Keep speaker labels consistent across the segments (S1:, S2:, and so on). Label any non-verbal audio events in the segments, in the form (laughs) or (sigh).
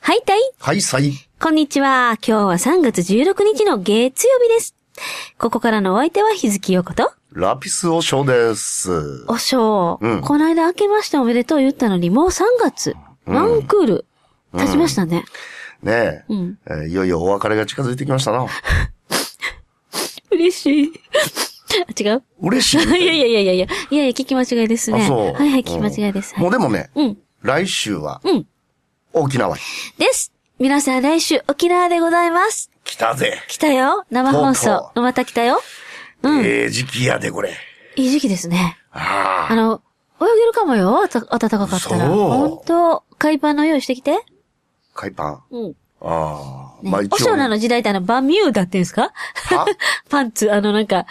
S1: はい、たい。
S2: はい、さい。
S1: こんにちは。今日は3月16日の月曜日です。ここからのお相手は日月陽子と、
S2: ラピスおしょうです。
S1: おしょう。
S2: うん
S1: この間明けましておめでとう言ったのに、もう3月。ワンクール、経ちましたね。
S2: ねえ、
S1: うん
S2: えーいよいよお別れが近づいてきましたな。
S1: 嬉しい。 (laughs) あ違う (laughs)
S2: 嬉しい。
S1: いやいやいやいやいや、いやいや、聞き間違いですね。
S2: あ、そう。
S1: はいはい、聞き間違いです。
S2: うんもうでもね、
S1: うん。
S2: 来週は
S1: うん。
S2: 沖縄に
S1: です。皆さん来週沖縄でございます。
S2: 来たぜ。
S1: 来たよ。生放送。
S2: とうと
S1: また来たよ。うん。
S2: ええ時期やで、これ。
S1: いい時期ですね。
S2: あ
S1: あの、泳げるかもよ。あた暖かかったら。
S2: そう
S1: 本当海パンの用意してきて。
S2: あ、海パン。
S1: うん。
S2: ああ、
S1: ね
S2: まあ一応。
S1: おしょうなの時代ってあの、バミューダっていうんですか (laughs)
S2: は
S1: パンツ、あのなんか、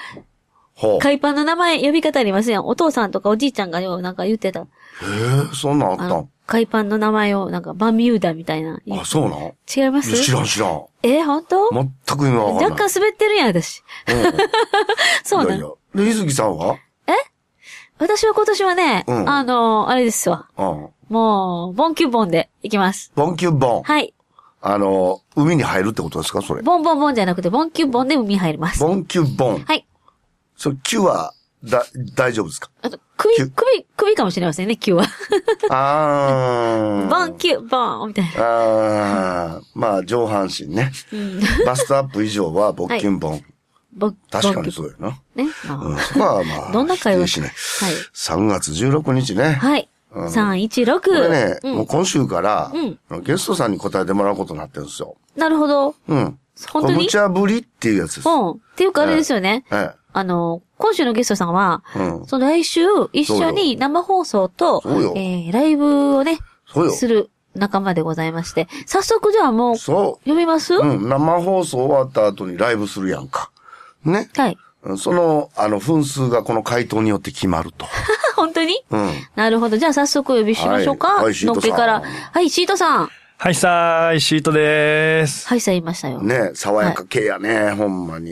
S2: ほう。へ
S1: (laughs) 海パンの名前、呼び方ありますやん。お父さんとかおじいちゃんがよ、なんか言ってた。
S2: え、そんなんあっ
S1: あ
S2: たん
S1: の、海パンの名前を、なんか、バミューダみたいな。
S2: あ、そうなん
S1: 違います
S2: いや知らん知らん。
S1: え、本当
S2: 全く今わかん
S1: 若
S2: ない。
S1: 干滑ってるやん、私。 (laughs) そうなの
S2: いやいや。で、ゆずきさんは
S1: 私は今年はね、
S2: うん
S1: あのーあれですわ。
S2: うん。
S1: もう、ボンキュボンで行きます。
S2: ボンキュッボン。
S1: はい。
S2: あの、海に入るってことですかそれ。
S1: ボンボンボンじゃなくて、ボンキュボンで海入ります。
S2: ボンキュッボン。
S1: はい。
S2: それ、キュは、だ、大丈
S1: (laughs)
S2: 夫ですか
S1: あと、首、
S2: キュ
S1: 首、首かもしれませんね、キュは。
S2: あー。
S1: ボンキュボンみたいな。
S2: あー。まあ、上半身
S1: (laughs)
S2: ね。
S1: うん。
S2: バストアップ以上は、ボッキュンボン。
S1: ボン
S2: 確かに
S1: う。
S2: そうやな。
S1: ね。まあ
S2: うん。そこはまあ、
S1: どんな会話
S2: 否定しない
S1: はい。
S2: 3月16日ね。い。
S1: はい。
S2: うん
S1: 三一3、
S2: これ
S1: 1、
S2: ね、
S1: 6。
S2: もう今週から、
S1: う
S2: ゲストさんに答えてもらうことになってるんですよ。
S1: うん。なるほど。
S2: うん。
S1: 本当に
S2: 無茶ぶりっていうやつです。
S1: うん。っていうか、あれですよね。
S2: え
S1: あの、今週のゲストさんは、
S2: え。うん。
S1: その来週、一緒に生放送と、え
S2: そうよ
S1: ー、ライブをね、
S2: そうよ。
S1: する仲間でございまして。早速じゃあもう、
S2: そ
S1: 読みます、
S2: う。うん。生放送終わった後にライブするやんか。ね。
S1: はい。
S2: うんその、あの、分数がこの回答によって決まる
S1: (laughs)
S2: と。
S1: 本当に
S2: うん。
S1: なるほど。じゃあ早速お呼びしましょうか。
S2: はいはいシー
S1: の
S2: ト
S1: っ
S2: さん
S1: けから。はい、シートさん。
S3: はい、さーい、シートでーす。
S1: はい、さん言いましたよ。
S2: ね爽やか系やね、ほんまに。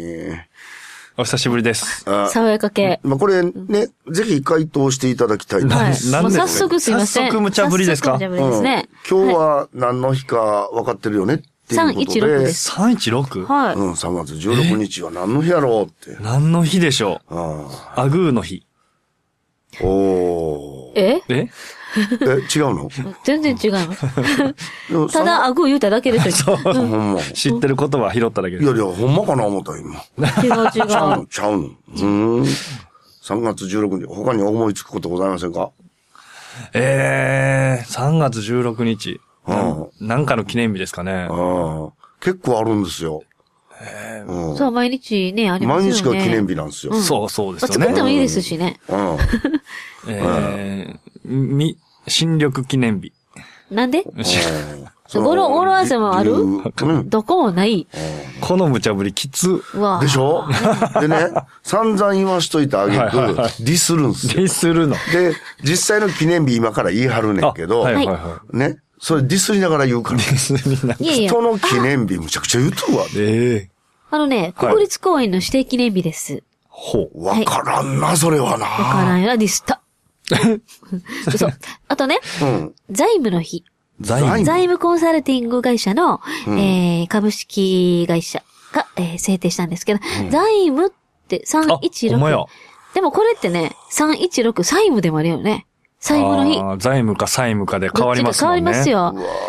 S3: お久しぶりです。
S2: あ
S1: 爽やか系。
S2: まあ、これね、ぜひ回答していただきたいん (laughs)
S3: な
S1: はい。
S3: なん
S1: もう
S3: で
S1: 早速すいません。
S3: 早速無茶ぶりですか
S1: 早速無茶ぶりですね。
S2: うん、今日は何の日か分かってるよねっていうことで。
S1: 316です
S3: 316?
S1: はい。
S2: うん、3月16日は何の日やろうって。
S3: 何の日でしょ
S2: あ
S3: うアグーの日。
S2: あおー。
S1: え
S3: え
S2: え、違
S1: (laughs)
S2: うの
S1: 全然違い
S2: (laughs)
S1: ます。
S2: うん
S1: ただ、あぐー言うただけでしょ。
S3: そう。
S2: ほんま。い
S3: 知ってることは拾っただけです
S2: やい。や、ほんまかな思った今。
S1: 違う違
S2: ちゃうの
S1: う。
S2: ちゃうのうん。3月16日、他に思いつくことございませんか
S3: えー、3月16日。
S2: うん
S3: なんかの記念日ですかね
S2: あ。あ。結構あるんですよ。うん
S1: そう、毎日ね、ありますよ
S2: 毎
S1: ね。
S2: 日が記念
S1: 日。
S2: 日なんですよ。
S3: そうそうで
S1: ますあ、
S3: よ
S1: 作って
S3: ね。
S1: もいいですしね。
S2: うん。
S3: えー、み、新緑記念日。
S1: なんで
S2: その
S1: ゴロゴロ汗もある
S2: 理由うん。
S1: どこもない。
S3: この無茶ぶりきつ。
S1: うわ
S2: でしょでね、散々言わしといたあげく、
S3: はいはいはい
S2: ディスるんすよ。
S3: でするの。
S2: で、実際の記念日今から言い張るねんけど、
S3: あはいはいは
S2: ね、それディスりながら言うから。
S3: い。ですみんな。
S1: いやいや。
S2: 人の記念日むちゃくちゃ言うとるわ。
S3: えー、
S1: あのね、
S3: はい
S1: 国立公園の指定記念日です。
S3: ほう。
S2: わからんな、それは
S1: わから
S2: な。
S1: んよな、ディ
S2: (laughs)
S1: スった。嘘。あとね、
S2: うん。
S1: 財務の日。
S3: 財
S2: 財
S3: 務。
S1: 財務コンサルティング会社の、えー、株式会社が、えー制定したんですけど、財務って
S3: あ、お前や
S1: 316。。でもこれってね、316、債務でもあるよね。債務の日。
S3: あー財務か債務かで変わります
S1: ど
S3: も
S1: っ
S3: ん
S1: ち
S3: ね。
S1: か変わりますよ
S2: う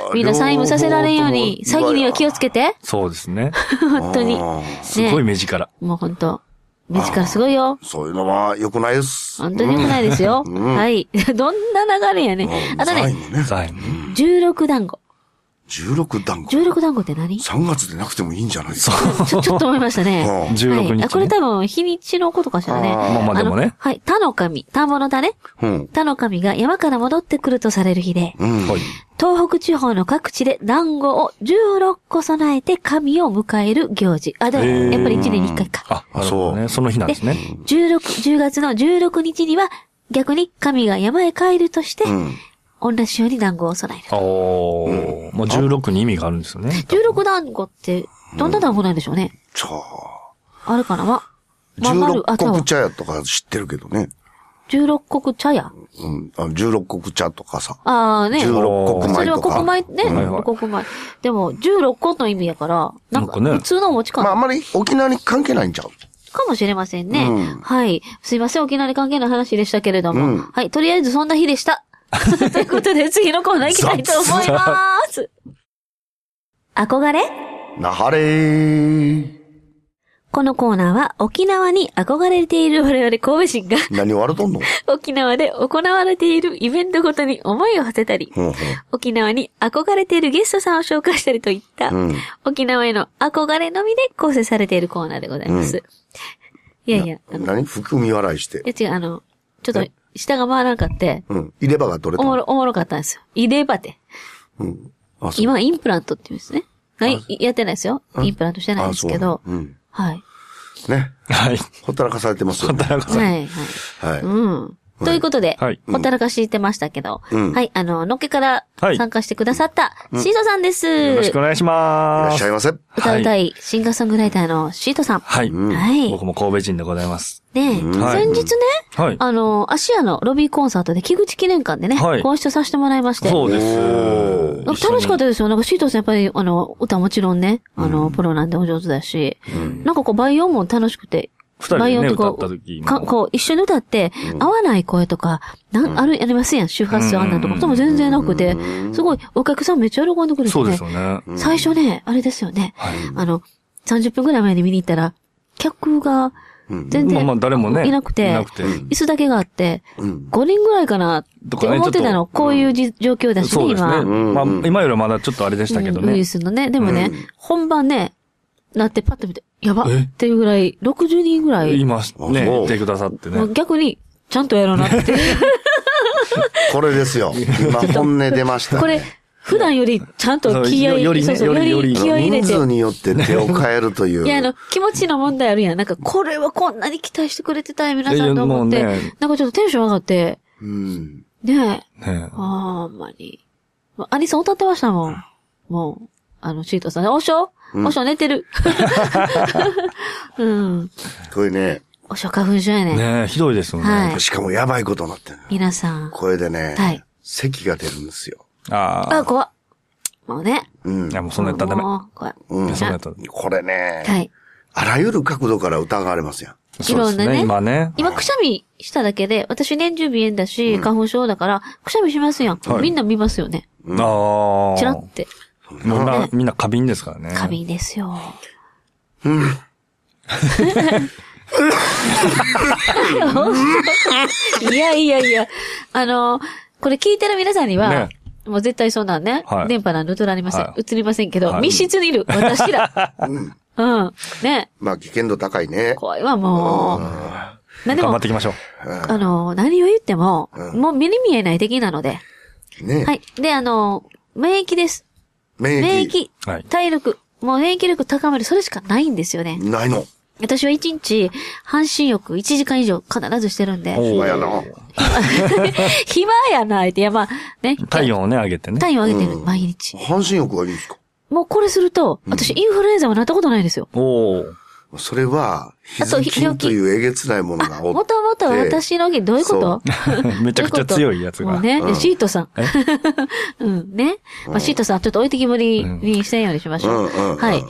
S2: わ。ー
S1: みんな債務させられんように、
S2: 両
S1: 詐
S2: 方とも
S1: 欺には気をつけて。
S3: そうですね。
S1: 本当に。
S2: あ
S1: ね
S2: ー
S3: すごい目力。
S1: もう本当目力すごいよ。
S2: そういうのは良くないです。
S1: 本当に良くないですよ。はい。 (laughs) どんな流れやね
S2: う。ん
S1: あとね、
S2: 財務ね。
S3: 財務。
S1: 16団子。
S2: 16団子。
S1: 16団子って何ち
S2: 3月でなくてもいいんじゃないですか。
S1: ょ、ちょっと思いましたね。
S2: (laughs) うん
S1: はい
S3: 16日ね
S1: あこれ多分、日にちのことかしらね。
S2: あー
S3: まあまあでもね
S1: のはい。他の神、田んぼの田ね。
S2: うん。
S1: 他の神が山から戻ってくるとされる日で、
S2: うん。
S3: はい。
S1: 東北地方の各地で団子を16個備えて神を迎える行事。あ、でも、
S3: へー
S1: やっぱり1年に1回か。
S3: あ、なるほどね。その日なんですね。
S1: 16、10月の16日には、逆に神が山へ帰るとして、
S2: うん。
S1: 同じように団子を備える。
S3: おー。もう16に意味があるんですよね。
S1: 16団子って、どんな団子なんでしょうね。
S2: じゃあ、
S1: あるかなま、まあ、まる、
S2: 16
S1: あとは
S2: 国。茶やとか知ってるけどね。
S1: 16国茶屋。
S2: うん、あの16国茶とかさ。
S1: ああね。
S2: 16国
S1: そ
S2: 米
S1: れは
S2: とか。
S1: 国米ね、
S3: はいはい
S1: 国米。でも、16個の意味やから、なんか
S3: なんかね
S1: 普通のお餅か
S2: まあ、あ
S1: な、
S2: んまり沖縄に関係ないんちゃう
S1: かもしれませんね、
S2: うん
S1: はい。すいません、沖縄に関係ない話でしたけれども。
S2: うん
S1: はい、とりあえずそんな日でした。ということで、次のコーナー行きたいと思います。憧れ
S2: なはれー。
S1: このコーナーは沖縄に憧れている我々神戸人が (laughs)
S2: 何を笑うとんの
S1: 沖縄で行われているイベントごとに思いを馳せたり、
S2: うんうん
S1: 沖縄に憧れているゲストさんを紹介したりといった、
S2: うん。
S1: 沖縄への憧れのみで構成されているコーナーでございます。いやいや、あの、
S2: 何含み笑いして。
S1: いや違う、あの、ちょっと下が回らなかって、
S2: うん。入れ歯が取れ
S1: お
S2: た
S1: も。ろ、おもろかったんですよ。入れ歯って。
S2: うん。あ、そう。
S1: 今、インプラントって言うんですね。はい、やってないですよ。インプラントしてないんですけど
S2: あ。そううん。
S1: はい。
S2: ね。
S3: はい。
S2: ほったらかされてますよ、ね。
S3: 田
S1: は
S3: 中さん。
S1: い、はい。
S2: はい。
S1: うん。ということで、
S3: はい
S1: ほったらかしてましたけど、
S2: うん
S1: はい、あの、のっけから
S3: はい
S1: 参加してくださった、シートさんです。
S3: よろしくお願いし
S2: いら
S3: ま
S2: っし
S3: す
S2: ゃい。ませ。
S1: 歌うたい、シンガーソングライターのシートさん。
S3: はい。
S2: うん
S1: はい。
S3: 僕も神戸人でございます。
S1: ねえ、
S2: うん
S1: 先日ね、
S3: はい。
S1: あの、アシアのロビーコンサートで、木口記念館でね、
S3: はい
S1: ご一緒させてもらいまして。
S3: そうです
S2: おー。
S1: なんか楽しかったですよ。なんかシートさんやっぱり、あの、歌もちろんね、あの、プロなんでお上手だし、なんかこう、倍音も楽しくて、
S3: 二人で
S1: 倍
S3: ね
S1: 音と
S3: 歌った時も
S1: かこう、一緒に歌って、合わない声とか、なん、ある、ありますやん、周波数あんなんと
S3: うん
S1: か、そうも全然なくて、すごい、お客さんめっちゃ喜んでくれてね。
S3: そうですよね。
S1: 最初ね、あれですよね。
S3: はい
S1: あの、30分くらい前に見に行ったら、客が、全
S3: まあまあ
S1: 然、
S3: 誰もね。
S1: いなくて
S3: いなくて。
S1: 椅子だけがあって、
S2: うん。
S1: 5人ぐらいかなって思ってたの、
S3: とかねちょっと
S1: こういうじ状況だしね、
S3: そうです
S1: 今
S3: ね。。
S2: ん
S3: まあ、今よりはまだちょっとあれでしたけど
S1: うんウイ
S3: ね
S1: ル。スのね。でもね、本番ね、なってパッと見て、やば
S3: え
S1: っていうぐらい、60人ぐらい、
S3: 今、ね、
S2: そう
S3: 言ってくださって
S1: もう
S3: ね。
S1: 逆に、ちゃんとやろうな
S3: (laughs)
S1: って。
S2: これですよ。今、本音出ました、ね。
S1: これ、普段よりちゃんと気合
S3: そうよよ
S1: い、
S3: り
S1: そう
S3: ね
S1: そう、
S3: より
S1: より
S2: あ
S1: 気
S2: の
S1: 合い入れ
S2: 人
S1: て。
S2: 数によって手を変えるという。
S1: いや、あの、気持ちの問題あるやん。なんか、これはこんなに期待してくれてたい、皆さんと思っ
S3: い
S1: て。
S3: やもうね
S1: なんかちょっとテンション上がって。
S2: うん。
S1: ねえ。
S3: ね
S1: あーほんまに。アニソン歌ってましたもん。もう、あの、シートさんね。おしょおしょ寝て
S3: (laughs)
S1: る。うん。
S2: これね、
S1: おしょ花粉症やね。
S3: ねひどいですよね。
S1: はい
S2: しかもやばいことになってる。
S1: 皆さん。
S2: これでね、
S1: はい
S2: 咳が出るんですよ。
S3: あ
S1: あ、怖っ。もうね。
S2: う
S3: あ。
S2: ん
S3: い。や、もうそんなやったらダメ。
S1: もう怖い。
S2: うん
S3: いやそんなやったら。
S2: これね、
S1: はい。
S2: あらゆる角度から疑われますやん。
S1: い
S3: そう
S1: ろ
S3: で
S1: ん
S3: す
S1: なね
S3: ね、今ね。
S1: 今、くしゃみしただけで、私年中鼻炎だし、花粉症だから、くしゃみしますやん。
S3: はい
S1: みんな見ますよね。
S3: ああ。も
S1: チラって。
S3: うな、みんな過敏ですからね。
S1: 過。敏ですよ。 (laughs) いやいやいや。あの、これ聞いてる皆さんには
S3: ね、
S1: もう絶対そんなんね
S3: は、い
S1: 電波なんで映られません
S3: は。
S1: 映りませんけど、
S3: はい
S1: 密室にいる、私ら。うん。ね。
S2: まあ、危険度高いね。
S1: 怖いわ、もう。何で
S3: 頑張
S1: も
S3: っ、ていきましょう。
S1: あの、何を言っても、もう目に見えない敵なので。
S2: ね。
S1: はい。で、あの、免疫です。
S2: 免疫。
S1: 免疫
S3: はい、
S1: 体力、もう免疫力高める、それしかないんですよね。
S2: ないの。
S1: 私は一日、半身浴1時間以上必ずしてるんで、
S2: 今やな。
S1: 暇やないって、いや、まあ、ね。
S3: 体温をね、上げてね。
S1: 体温上げてる、毎日。
S2: 半身浴がいいんですか
S1: もうこれすると、私インフルエンザはなったことないんですよ。
S3: おー。
S2: それは、
S1: あと
S2: 膝筋というえげつないものがおっ
S1: もともと私の、どういうこ
S2: そ
S1: と
S2: う
S3: めちゃくちゃ強いやつ
S1: も
S3: が。
S1: うね、シートさん。 (laughs) うん、ね。まあ、シートさん、ちょっと置いてきぼりにせんようにしましょう。
S2: うんうんうん
S1: はい。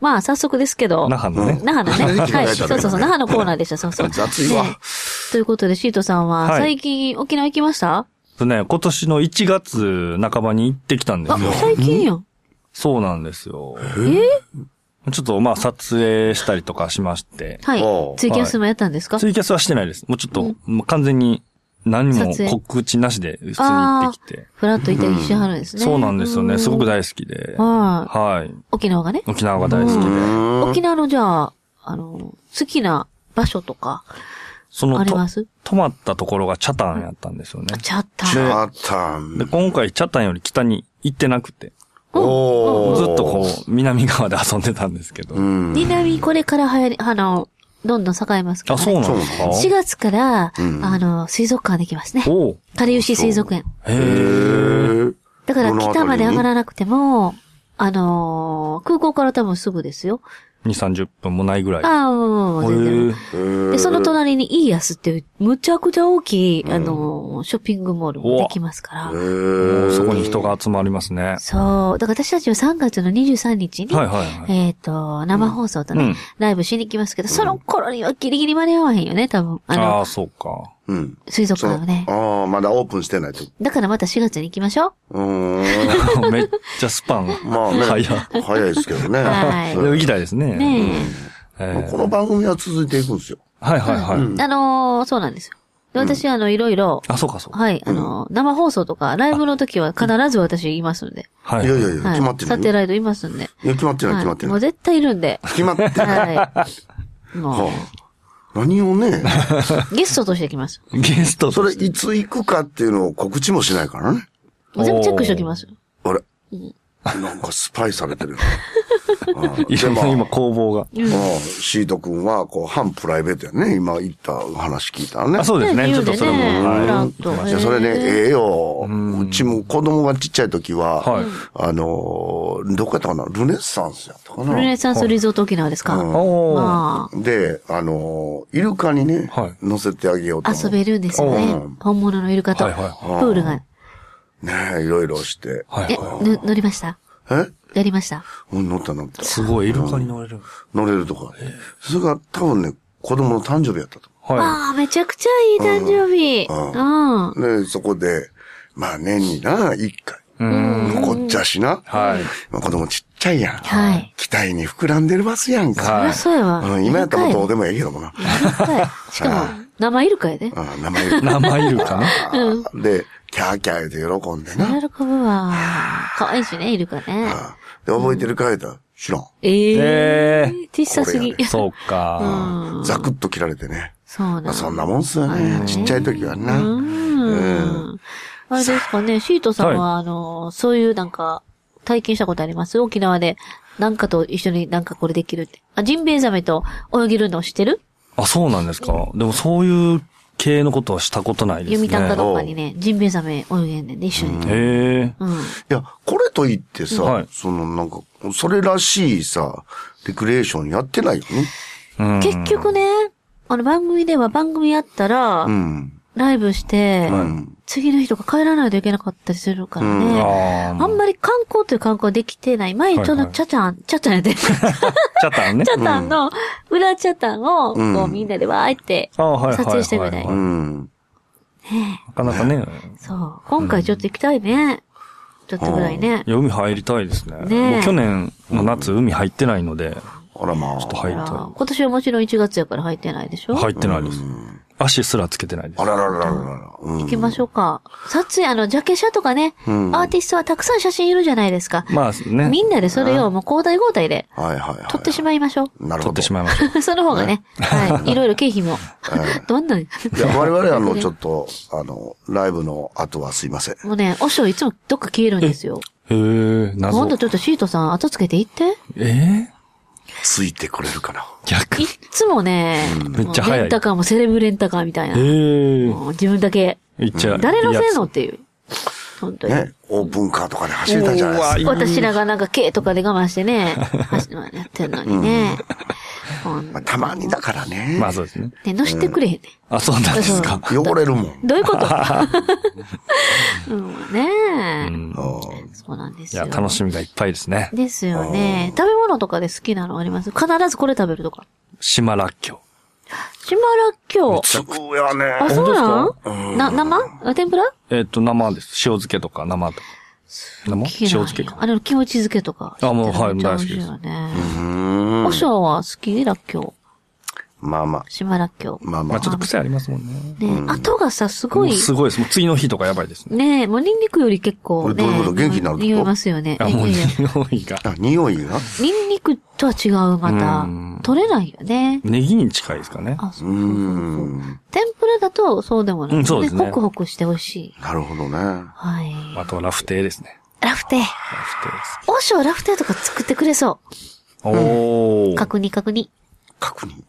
S1: まあ、早速ですけど。
S3: 那覇のね。
S1: 那覇のね。
S2: うん
S1: はい。
S2: 那覇のね
S1: そうそうそう。那覇のコーナーでした。そう
S2: (laughs)
S1: そう。
S2: 雑いわ
S1: ねということで、シートさんは、
S3: はい
S1: 最近沖縄行きました
S3: とね、今年の1月半ばに行ってきたんで
S1: あ
S3: すよ。、
S1: 最近やん。
S3: そうなんですよ。
S1: え
S3: ちょっとまあ撮影したりとかしまして。
S1: は
S2: おう
S1: い。ツイキャスもやったんですか
S3: ツイキャスはしてないです。もうちょっと、もう完全に何も
S1: 撮影
S3: 告知なしで普通に行
S1: あ
S3: ってきて
S1: あ。。ふらっと行ったりしはるんですね。
S3: そうなんですよね。すごく
S1: 大
S3: 大好きで。
S1: は
S3: はい。
S1: 沖縄がね。
S3: 沖縄が大好きで。
S1: 沖縄のじゃあ、あの、好きな場所とか、
S3: その
S1: あり
S3: と、
S1: ます
S3: 泊まったところがチャタンやったんですよね。
S1: チャッター。
S2: あったん
S3: で、今回チャタンより北に行ってなくて、
S2: お
S3: ずっとこう、南側で遊んでたんですけど。
S2: うん。
S1: 南これから流行り、あの、どんどん栄えますか
S3: あ、
S1: ら、
S3: そう
S1: ね。
S3: なんですか
S1: 4月から、あの、水族館できますね。
S3: おう
S1: かりゆし水族園。
S3: へえ。
S1: だから
S2: どの辺り
S1: 北まで上がらなくても、あのー空港から多分すぐですよ。
S3: 2、30分もないぐらい。
S1: ああ、もう、もう全然
S3: へえ
S1: で、その隣にイーヤスっていう、むちゃくちゃ大きい、あの、ショッピングモールもできますから。
S3: も
S2: も
S3: うそこに人が集まりますね。
S1: そう。だから私たちは3月の23日に、
S3: はいはいはい。
S1: えっ、と、生放送とね、
S3: うん
S1: ライブしに行きますけど、その頃にはギリギリ間に合わへんよね、多分。あの、
S3: ああ、そうか。
S2: うん。
S1: 水族
S2: そう
S1: 館はね。
S2: ああ、まだオープンしてないと。
S1: だからまた4月に行きましょ (laughs)
S2: うーん。
S3: (laughs) めっちゃスパン。
S2: まあね、
S3: 早い。
S2: 早いですけどね。
S1: はい
S2: そ
S3: でも
S2: う
S3: 行きたいですね。
S1: う。ね
S3: え
S2: まあ
S3: ー
S2: この番組は続いていくんですよ。
S3: はいはいはい。
S1: え。あのーそうなんですよ。で、私、あの、いろいろ、
S3: あ、そうかそうか。
S1: はい、あのー生放送とか、ライブの時は必ず私いますんで。
S3: はいい。
S2: やいやいや、
S1: は
S2: 決まって
S1: い。
S2: な
S1: サ
S2: い。
S1: テライトいますんで。
S2: いや、決まってない、決まって
S1: はい、も
S2: な
S1: う
S2: い。
S1: 絶対いるんで。
S2: 決まってない。
S1: はい。も
S2: はあ何をね、
S1: う、ゲストとして来ます。
S3: ゲスト
S2: そ
S3: と
S2: れ
S3: して
S2: いつ行くかっていうのを告知もしないからね。
S1: もう全部チェックしておきますよ。
S2: あれなんかスパイされてるよ。ああで
S3: いろん
S2: も
S3: な今工房が。
S2: うんシート君は、こう、反プライベートやね。今言った話聞いたらね。
S3: あ、そうですね。
S1: ね
S3: ちょっとそれも。
S1: 自由でね
S3: はい
S1: フラン
S2: い
S1: と
S2: やそれね、
S1: へ
S2: ええよ。うちも子供がちっちゃい時は、
S3: はい
S2: あのー、どこやったかなルネッサンスやったかな
S1: ルネサンスリゾート沖縄ですか、
S2: うん
S3: おー。
S1: ま
S2: で、あのー、イルカにね、
S3: はい
S2: 乗せてあげようと
S1: あ、
S2: 思
S1: 遊べるんですよね
S2: うん。
S1: 本物のイルカと、
S3: はいはい
S1: プールが。
S2: ねえ、いろいろして。
S3: はい
S1: え、
S3: はい。
S1: ぬ乗りました
S2: え
S1: やりました
S2: うん乗った乗った。
S3: すごい、イルカに乗れる。
S2: 乗れるとか。それが多分ね、子供の誕生日やったと
S3: は
S1: ああ、めちゃくちゃいい誕生日。うん。
S2: 思う。で、そこで、まあ年にな、一回。
S3: い。うん。
S2: こっちゃしな。
S3: はい。
S2: まあ子供ちっちゃいやん。
S1: はい
S2: 期待に膨らんでるバスやんか。
S1: あ
S3: は
S1: ら、そうやわ。
S2: うん、今やったらもうどう
S1: で
S2: でもええけどもな。 (laughs)
S1: しかも、生イルカやで。
S2: うん、名前言う
S3: 生イルカね。
S2: で、キャーキャー言うて喜んでな。
S1: 喜ぶわ。可愛いしね、イルカね。
S2: で、覚えてるか言うたら、知らん。
S1: (laughs) ええ
S3: え
S1: ー。小さすぎ。
S3: そうか。
S1: うん
S2: ザクッと切られてね。
S1: (laughs) そう
S2: ま
S1: な
S2: あ、そん
S1: の。
S2: なもんっすよね
S1: う。ん
S2: ちっちゃい時はな。
S1: うん。あれですかね、シートさんは、あの、そういうなんか、体験したことあります沖縄で。なんかと一緒になんかこれできるって。あ、ジンベエザメと泳げるの知ってる
S3: あ、そうなんですか。でもそういう系のことはしたことないですね。
S1: 読谷かどっかにね、ジンベエザメ泳げんねんで、一緒に。
S3: へえ。
S1: うん。
S2: いや、これといってさ、
S3: はい
S2: そのなんか、それらしいさ、レクレーションやってないよね。
S3: うん
S1: 結局ね、あの番組では番組やったら
S2: う、ん。
S1: ライブして、
S2: うん。
S1: 次の日とか帰らないといけなかったりするからね。
S3: あ
S1: あん
S3: り。
S1: まり観光という観光できてない。前、ちょう
S3: はい
S1: ど
S3: はい
S1: チャチャン、チャチャンやで、チ
S3: ちゃったんね。
S1: ャタンの、裏チャタンを、
S2: うん
S1: こうみんなでわーって、
S3: あはいはいはいは
S1: 撮
S3: い
S1: 影してみたい。
S2: うん。
S3: なかな
S1: (laughs)
S3: かね、
S1: そう。今回ちょっと行きたいね。ちょっとぐらいね。
S3: 海入りたいですね。
S1: ねえ
S3: もう去年の夏、海入ってないので、
S2: あらまあ。
S3: 入り
S1: あ
S3: た
S1: ら今年はもちろん1月やから入ってないでしょ
S3: い。入ってないです。足すらつけてないです
S2: あ。らららららら。うん。
S1: 行きましょうか。撮影、あの、ジャケ写とかね、
S2: ん
S1: アーティストはたくさん写真いるじゃないですか。
S3: まあね。
S1: みんなでそれをもう交代交代で
S2: はいはいはい。
S1: 撮ってしまいましょう。 (laughs)
S2: なる
S3: 撮
S2: ほど
S3: って。しまいました。
S1: その方がね、はい。いろいろ経費も。 (laughs) どんなん
S2: いや、我々あ
S1: (laughs)
S2: の、ちょっと、あの、ライブの後はすいません。
S1: もうね、おしょいつもどっか消えるんですよ。
S3: へえ、謎。
S1: 今度ちょっとシートさん後つけていって。
S3: え
S2: ついてくれるかな。
S3: ー逆
S1: いっつもね、
S3: めっちゃ早い
S1: レンタカーもセレブレンタカーみたい
S3: え
S1: な。
S3: え。
S1: もう自分だけ。
S3: いっちゃう。
S1: 誰のせいのっていう。本当に。
S2: ね。オープンカーとかで走れたじゃないですか。
S1: 私らがなんか軽とかで我慢してね、走やってんのにね。ほん
S2: まあ、たまにだからね。
S3: まあそうですね。
S1: ね、乗せてくれへんね。
S3: あ、そうなんですか。
S2: 汚れるもん。
S1: どういうことうん、ねえ、
S2: うん
S1: そうなんです
S3: い
S1: よ。
S3: や、楽しみがいっぱいですね。
S1: ですよね。食べ物とかで好きなのあります必ずこれ食べるとか。
S3: 島らっきょ
S1: 島らっきょう。
S2: すごいや
S1: あ、
S2: ね。
S1: そうなん
S3: 本
S1: な、生あ天ぷら
S3: う。えっと、生です。塩漬けとか生とか。生
S1: 好き
S3: 塩
S1: なんや
S3: 漬けか。
S1: あれ、キムチ漬けとか。
S3: あもうはい
S1: めっちゃ美味しいよね。おしょうは好きらっきょう。
S2: まあまあ。
S1: 島らっきょう。
S2: まあま
S3: ま
S2: あ
S3: あちょっと癖ありますもんね。
S1: ね後がさ、すごい
S3: もう。すごいです。もう次の日とかやばいですね。
S1: ねえ、もうニンニクより結構
S2: こ
S1: ね。
S2: れどういうこと元気になるってこと
S1: 匂いますよね。
S3: あ、
S1: い
S3: もう (laughs)
S1: やいや
S3: 匂いが。
S2: あ、匂いが
S1: ニンニクとは違う、ま
S3: うん
S1: た。取れないよね。
S3: ネギに近いですかね。
S1: あ、そううそうそうそう。
S2: ん。
S1: 天ぷらだとそうでもない。
S3: うんそうですね
S1: ホクホクして美味しい。
S2: なるほどね。
S1: はい。
S3: あとはラフテーですね。
S1: ラフテー。
S3: ラフテーです。
S1: 王将ラフテーとか作ってくれそ
S3: お
S1: う。
S3: ー。
S1: 角煮角煮。
S2: 確認。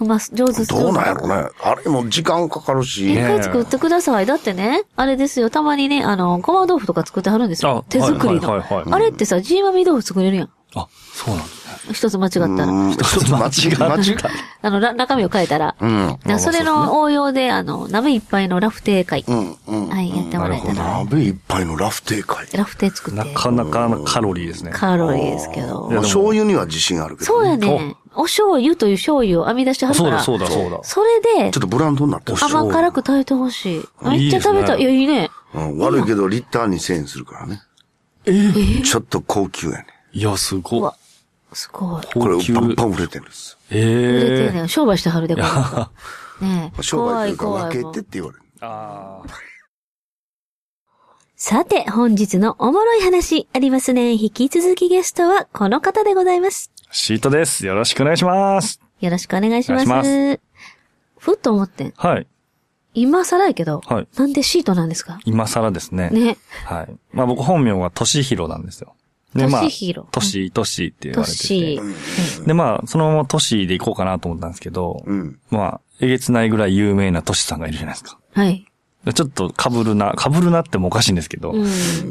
S1: うます、上手
S2: どうなんやろ
S1: ね。
S2: ね。あれも時間かかるし
S1: 一。
S3: ね
S1: 回作ってください。だってね、あれですよ。たまにね、あの、ごま豆腐とか作ってはるんですよ
S3: あ。
S1: 手作りの。
S3: はいはいはいはい
S1: あれってさ、ジーマミー豆腐作れるやん。
S3: あ、そうなんですね。
S1: 一つ間違ったら。
S2: うん
S3: 一つ間違った
S2: 間違った
S1: あの、ら中身を変えたら。
S2: うんまあ
S1: だからそれの応用で、あの、鍋いっぱいのラフテー会。
S2: うん、うん。
S1: はい、やってもらえたら。
S2: 鍋いっぱいのラフテー会。
S1: ラフテー作っ
S3: な
S1: て。
S3: かなかなカロリーですね。
S1: カロリーですけど
S2: まあ、。醤油には自信あるけど。
S1: そうやね。お醤油という醤油を編み出してはる
S3: そ
S1: か
S3: う
S1: ら。
S3: だ、そうだ、そうだ。
S1: それで
S2: ちょっ、とブランドになってる。
S1: 甘辛く炊いてほしい。
S3: ん
S1: めっちゃ食べたい。い
S3: いいですね
S1: や、いいね。
S2: うん、悪いけど、リッター2000円するからね。えちょっと高級やね。
S3: いや、す
S1: う
S3: ごい
S1: わ。すごい。
S2: これ、
S3: 高級
S2: パ。ンパン売れてるんです。
S1: 売れてる
S3: ええ。
S1: ね。商売してはるで、これ。ねえ。
S2: 商売というか、
S1: 怖い怖い
S2: 分
S1: も
S2: け
S1: う
S2: てって言われる。
S3: ああ。
S1: さて、本日のおもろい話ありますね。引き続きゲストはこの方でございます。
S3: シートです。よろしくお願いします。
S1: よろしくお願いします。
S3: お願い
S1: ふっと思ってん。
S3: はい。
S1: 今更やけど、
S3: はい
S1: なんでシートなんですか
S3: 今更ですね。
S1: ね。
S3: はい。まあ僕本名はとしひろなんですよ。で、まあ
S1: としひろ、
S3: とし、としって言
S1: と
S3: われて
S1: し、
S3: て。で、まあ、そのままとしで行こうかなと思ったんですけど、
S2: うん。
S3: まあ、えげつないぐらい有名なとしさんがいるじゃないですか。
S1: はい。
S3: でちょっと被るな、被るなってもおかしいんですけど、
S1: うん。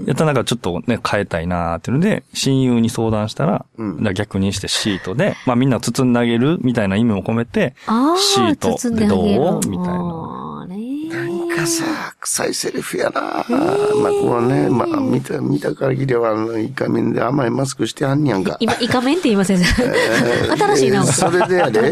S3: やったらなんかちょっとね、変えたいなーっていうので、親友に相談したら、
S2: うん
S3: じゃあ逆にしてシートで、まあみんなを包んであげるみたいな意味も込めて、
S1: ああ、
S3: シート
S1: 包んであげる
S3: でどうみたいな
S1: もうね
S2: なんかさ、臭いセリフやな。まあ、こうね、まあ、見た、見た限りは、あの、イカメンで甘いマスクしてはんねやんか。
S1: 今、イカメンって言いません新しいな。
S2: それでやで、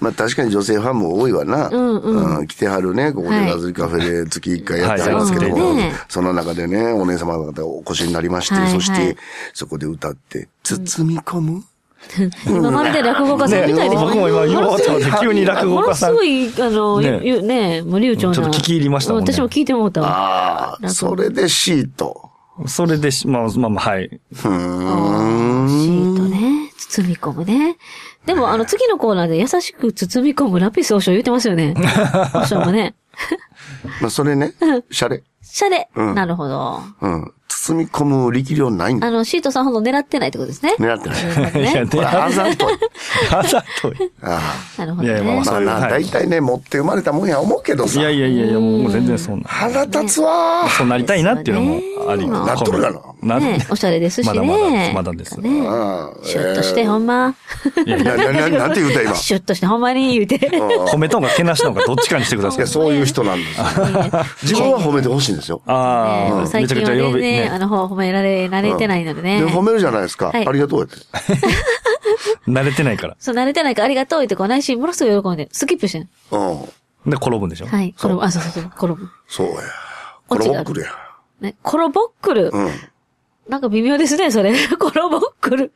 S2: まあ確かに女性ファンも多いわな。
S1: うんうん
S2: ん来てはるね、ここで
S1: はい
S2: ラズリカフェで月1回やってはりますけど
S3: はい
S1: そう
S2: も
S1: ですね、
S2: その中でね、お姉様方お越しになりまして
S1: はいは、い
S2: そして、そこで歌って、包み込む
S1: 今まるで落語家さんみたいです
S3: 僕も今言おうと思って、急に落
S1: も
S3: 語
S1: の
S3: 家さ
S1: す
S3: ん
S1: ご。い、あの、
S3: ね
S1: ゆね無流暢な。
S3: ちょっと聞き入りましたもんね
S1: 私も聞いてもうたわ。
S2: ああ、それでシート。
S3: それでし、まあまあまあ、はい。
S2: うーん。
S1: シートね。包み込むね。でも、あの、次のコーナーで優しく包み込むラピス王将言ってますよね。王将も
S3: (laughs)
S1: ね。
S2: まあそれね、シャレ。
S1: シャレ。
S2: うん
S1: なるほど。
S2: うん。包み込む力量ないんだ
S1: あ。の、シートさんほど狙ってないってことですね。
S2: 狙ってない。
S3: いや、
S1: ね。
S3: で、
S2: ほら、
S3: あ
S2: あざとい。
S3: ざとい。
S2: あ
S1: なるほど
S3: いやいや
S1: ね
S3: ま (laughs) あ
S2: あ。。まあ
S3: は
S2: な、大
S3: い
S2: 体ね、持って生まれたもんや思うけど
S3: い
S2: さ。
S3: やいやいやいや、もう全然そんな。
S2: 腹立つわー。
S3: そうなりたいなっていうのもあり。
S1: ま
S2: あなっとるがな
S3: な
S1: ねおしゃれですしね。
S3: まだまだまだです
S1: ね
S2: うん
S1: シュッとして、ほんま。
S3: いやいや
S2: な、な、ななんて言うた今。
S1: (laughs) シュッとして、ほんまに言うて。
S3: 褒めたのかけなしたのかどっちかにしてくだ
S2: い
S3: さい
S2: や、。そういう人なんですよ。自分は褒めてほしいんですよ。
S1: ね
S3: (laughs) ああ、
S1: 最
S3: めちゃ
S1: 近
S3: くち
S1: は
S3: ゃ
S1: ね
S3: 呼び、
S1: ね、あ
S3: ね、
S1: の、ほ褒められ、慣れてないのでね
S2: で、。褒めるじゃないですか。
S1: はい
S2: ありがとうやって。
S3: 慣れてないから。
S1: そう、慣れてないからありがとうって、こう、内心ものすごい喜んで、スキップしてん。
S2: うん。
S3: で、転ぶんでしょ
S1: はい。転ぶ。あ、そうそうそう。転ぶ。
S2: そうや。こ
S1: 落
S2: れ
S1: ち
S2: ぼ
S1: があ
S2: っ
S1: る
S2: くりや。
S1: ね、コロボックル
S2: う。ん。うん。
S1: なんか微妙ですね、それ。 (laughs) コロボックル。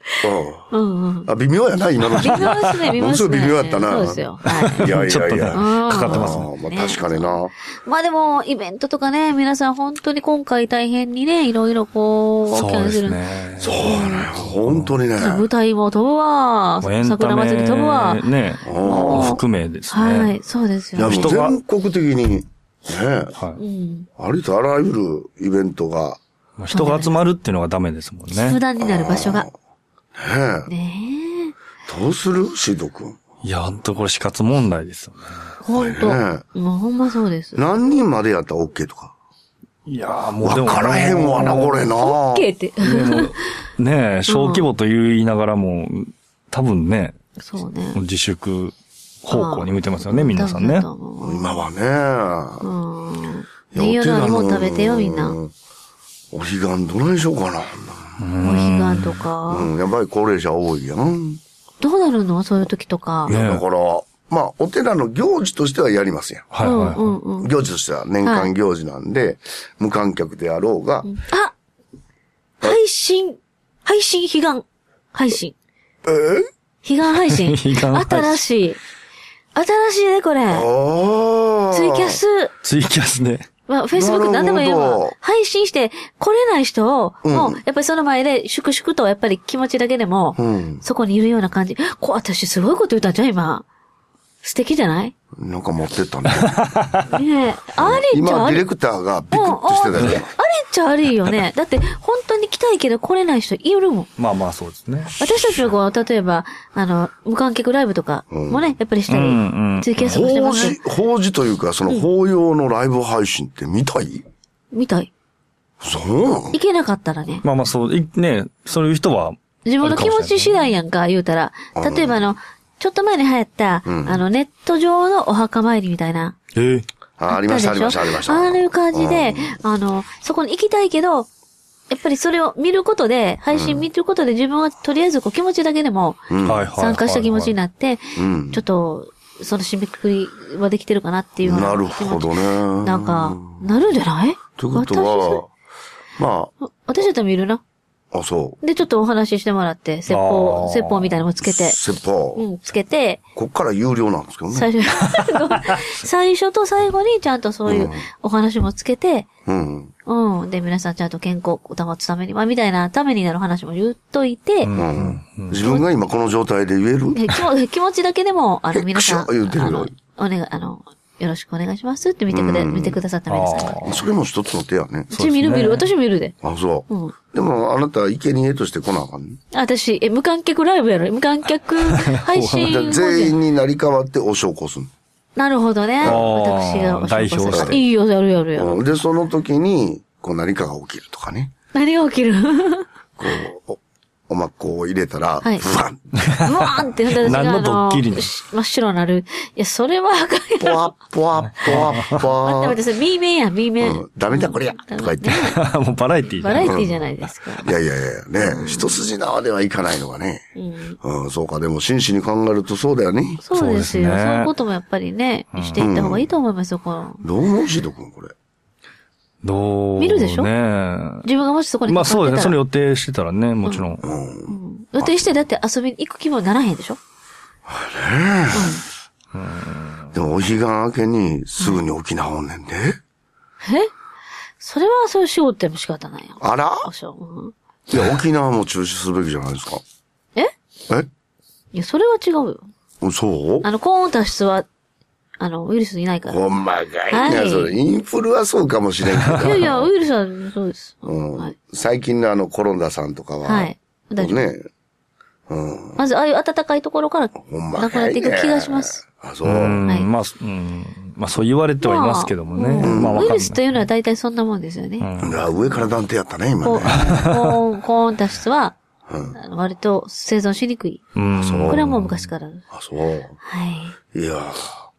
S1: うんうん。
S2: あ、微妙やな、今の。
S1: 微妙です
S2: (laughs)
S1: ね、微妙
S2: もの
S1: ですす
S2: ご
S1: ね。
S2: い微妙やったな。
S1: そうですよ。はい
S2: やいやいや。
S3: ちょっとね、かかってますね。
S2: あーまあ確かにな。
S1: い。まあでも、イベントとかね、皆さん本当に今回大変にね、いろいろこう、ご協
S3: そう
S1: 力
S3: です
S1: る
S3: ね。
S2: そうね。本当にね。
S1: 舞台も飛ぶわ
S3: もうエ、ンタ
S1: 桜祭り飛ぶわ
S3: メ。ね、
S2: お
S1: ー
S3: 含めですね。
S1: はい、そうです
S2: いや、
S1: よ。
S2: もう
S3: 人が
S2: 全国的に、ね、
S3: は
S1: う
S3: い
S1: ん。
S2: ありとあらゆるイベントが、
S3: まあ人が集まるっていうのがダメですもん
S1: 普
S3: ね。
S1: 段になる場所が。
S2: ね
S1: ね
S2: え。どうするシート君。
S3: いや、ほんとこれ死活問題ですよね。
S1: え。ほんと。
S2: ね
S1: もうほんまそうです。オ
S2: 何人までやったら OK とか。
S3: いやーもうで
S2: わ
S3: も。
S2: からへんわな、これな。
S1: ッケーって。
S3: ねえ、小規模と言いながらも、多分ね、
S1: そうね。
S3: 自粛方向に向いてますよね、皆さんね。
S1: 多分だと思う
S2: 今はね。
S1: うん。
S2: いや
S1: 栄養のあるも
S2: お
S1: ん
S2: 手
S1: 食
S2: 紙
S1: べてよ、みんな。お
S2: お彼岸どないしようかな。
S1: 彼岸とか。
S2: うん、やばい高齢者多いやん。
S1: どうなるのそういう時とか。
S3: ねえ
S2: だから、まあ、お寺の行事としてはやりますやん。
S3: はいはいはい。
S1: うんうんうん。
S2: 行事としては年間行事なんで、無観客であろうが、
S1: あ配信、配信悲願、配信。え悲願配信。
S3: (laughs) 悲願配信
S1: 新しい。新しいね、これ。
S2: ああ。
S1: ツイキャス。
S3: ツイキャスね。
S1: まあ、フェイスブックなんでもええ
S2: なるほ
S1: わ
S2: ど。
S1: 配信して、来れない人を、もう、やっぱりその前で、粛々と、やっぱり気持ちだけでも、
S2: うん。
S1: そこにいるような感じ。こう、私すごいこと言ったんじゃん、今。素敵じゃない
S2: なんか持ってったね。
S1: (laughs) ねえ。ありっちゃ
S2: 今、
S1: あり。
S2: ディ
S1: う
S2: レ
S1: ん
S2: クターがビク
S1: うん
S2: ッとしてた
S1: あり
S2: ね
S1: っ。ちゃありよ
S2: (laughs)
S1: ね。だって、本当に来たいけど来れない人いるもん。
S3: まあまあそうですね。
S1: 私たちのこう、例えば、あの、無観客ライブとかもね、やっぱりしたり、
S3: うんうん
S1: ツイキャスもして
S2: 法
S1: ます
S2: 事、法事というか、その法要のライブ配信って見たい
S1: みたい。
S2: そうなの
S1: 行けなかったらね。
S3: まあまあそう、いね、そういう人は
S1: 自分の気持ち次第やんか、言うたら。例えばあの、ちょっと前に流行った、
S2: うん
S1: あの、ネット上のお墓参りみたいな。
S3: えー
S2: あ、ありました、ありました、ありました。
S1: ああいう感じで、あの、そこに行きたいけど、やっぱりそれを見ることで、配信見ることで自分はとりあえずこう気持ちだけでも
S2: うん、
S3: はいはいはいはい
S1: 参加した気持ちになって、
S2: うん。
S1: ちょっと、その締めくくりはできてるかなっていうよう
S2: なる
S1: 気持ち
S2: ほどね。
S1: なんか、なるんじゃない
S2: ということは、
S1: 私私だったら見るな。
S2: まあ、あ、そ
S1: で、ちょっとお話ししてもらって、説
S3: あ
S1: 法、
S3: ー
S1: 説法みたいなのもつ
S2: う。
S1: けて、
S2: 説法。
S1: うん、つけて、
S2: こっから有料なんですけどね。
S1: 最
S2: (laughs)
S1: 初、最初と最後にちゃんとそういうお話もつけて、
S2: うん。
S1: うん。で、皆さんちゃんと健康を保つために、まあ、みたいなためになる話も言っといて、
S2: う
S1: で
S2: ん。自分が今この状態で言える
S1: 気も (laughs) 気持ちだけでも、あの、皆さん、
S2: 言うてるよ
S1: あの、お願い、あの、よろしくお願いしますって見てくれ、
S2: うん
S1: 見てくださった皆さんが。
S2: それも一つの手やね。
S1: うち見る見る、私見るで。
S2: あ、そう。
S1: うん。
S2: でも、あなた、生贄として来なあかんね。
S1: 私、え、無観客ライブやろ無観客配
S2: だか
S1: 信
S2: ら
S1: を
S2: 全員になり変わってお証拠する。
S1: なるほどね。
S3: ー
S1: 私がお仕事
S3: 代表して
S1: あいいよ、やるやるやる。
S2: うんで、その時に、こう何かが起きるとかね。
S1: 何が起きる (laughs) う
S2: こう、お、おまっこを入れたら、
S1: はい
S2: ふわん、
S1: わーんって、私があ
S3: 何のドッキリなの
S1: し真っ白になる。いや、それはあかんや
S2: ぽわ、ぽわ、ぽわ、ぽ
S1: ろ。でも
S2: わ。
S1: 私、B 面や、B
S2: う
S1: 面
S2: ん。ダメだこりゃとか言って
S1: ね
S3: (laughs) もうバラエティー
S1: バ
S3: だ
S1: ラ
S3: ね
S1: エティじゃないですか。
S2: いやいやいや、ね、一筋縄ではいかないのがね。
S1: うん。
S2: うん、そうか、でも真摯に考えるとそうだよね。
S1: そうですよ。
S3: そう
S1: そう
S3: ですね
S1: いうこともやっぱりね、していった方がいいと思いますよ、この。
S2: どう思うシート君、これ。
S3: どう
S1: 見るでしょ
S3: ね
S1: 自分がもしそこに
S3: まあ
S1: 関
S3: そう
S1: わ
S3: で
S1: ってた
S3: すね。そ
S1: ら
S3: の予定してたらね、もちろん。
S1: うん予定してだって遊びに行く気分にならへんでしょ
S2: でも、お彼岸明けにすぐに沖縄おんねんで。
S1: えそれはそういう仕事でも仕方ないよ。
S2: あら
S1: あ、そう。
S2: いや、沖縄も中止すべきじゃないですか。
S1: うんえ
S2: え
S1: いや、それは違うよ。
S2: そう
S1: あの、高温多湿は、あの、ウイルスいないから。
S2: 細かい
S1: は
S2: ね。
S1: い
S2: それ、インフルはそうかもしれんけ
S1: いや
S2: ど。
S1: いや、ウイルスはそうです。
S2: うん
S1: はい。
S2: 最近のあの、コロンダさんとかは。
S1: はい。大丈夫。
S2: ね。うん。
S1: まず、ああいう暖かいところから、
S2: ほんま
S1: なくなっていく気がします。。
S2: あ、そうう。
S3: ん
S1: はい
S3: まあ、うんまあそう言われてはいますけどもね。
S1: うん
S3: まあわ
S1: ウイル
S3: かんない
S1: ス。というのは大体そんなもんですよね。
S2: あ上から断定やったね、今
S1: こう
S2: ね。
S1: 高温、 (laughs) 高温多湿は、あの割と生存しにくい。
S3: うん。
S1: これはもう昔からある。
S2: あ、そう。
S1: はい
S2: やー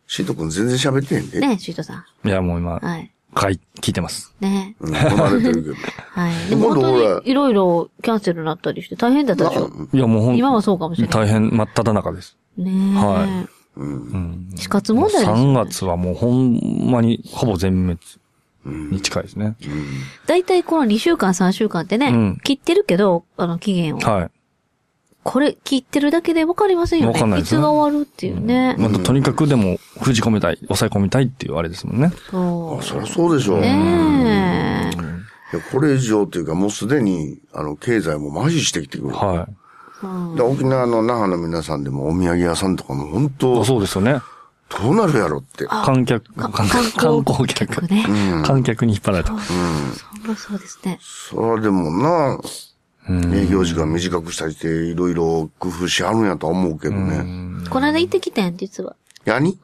S2: シート君全然喋ってへん
S1: い。
S2: で。
S1: ね、シートさ
S3: いや、もう今
S1: ん。、はい。
S3: かい、聞いてます。
S1: ね。
S2: うん、離れてるけど。
S1: はい。でも
S2: 今
S1: 本
S2: 度ほら
S1: 当にいろいろキャンセルになったりして大変だったでしょ。
S3: いや、もうほん
S1: 今はそうかもしれない。
S3: 大変、真っ只中です。
S1: ねえ。
S3: は
S1: うん。死活問題ですよね。
S3: 3月はもうほんまに、ほぼ全滅に近いですね。
S1: 大体この2週間、3週間ってね、
S3: うん
S1: 切ってるけど、あの、期限を。
S3: は
S1: これ、切ってるだけで分かりませんよね。
S3: 分かんないですね
S1: つが終わるっていうね
S3: い。。まあ、とにかくでも、封じ込めたい、抑え込みたいっていうあれですもんね。
S1: そ
S2: あ、そりゃそうでしょう。
S1: う。ねえ。
S2: いやこれ以上というか、もうすでに、あの、経済も麻痺してきてくる。
S3: は
S1: うん
S2: で沖縄の那覇の皆さんでもお土産屋さんとかも本
S3: い。あ
S2: 当、ど
S3: そうですよね。
S2: うなるやろって。
S3: 観客、
S1: か
S3: 観客観
S1: 観
S3: 光客
S1: 光。ね。
S3: 観客に引っ張られた。
S1: そうそうですね。
S2: それはでもな、営業時間短くしたりして、いろいろ工夫しはるんやとは思うけどね。
S1: この間行ってきたん、実は。
S2: やに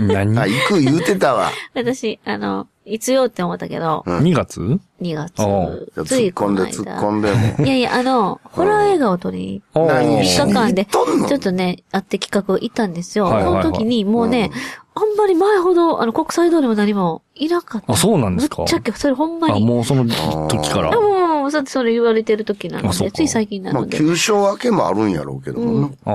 S3: 何
S2: あ、行く言うて
S1: (laughs)
S2: たわ。
S1: 私、あの、いつよって思ったけど、
S3: ?2 月
S1: 2
S3: お
S1: 月。つ
S2: 突っ
S1: いこ
S2: 込んで
S1: の間。
S2: 突っ込んでも。
S1: いやいや、あの、ホラー映画を撮りに
S3: ああ
S2: 何
S1: 3日間で、ち
S2: 何言っとんの
S1: ょっとね、あって企画行ったんですよ。
S3: はいはいはい
S1: その時に、もうね、あんまり前ほど、あの、国際通りも何もいなかった。
S3: あそうなんですか
S1: ぶっちゃけ、それほんま
S3: あ、
S1: に。
S3: もうその時から。
S1: あ、もう、もう、だってそれ言われてる時なの
S3: あそう
S1: で、
S3: か
S1: つい最近な
S2: まあ、
S1: ので。
S2: 休勝明けもあるんやろうけどもな
S3: あ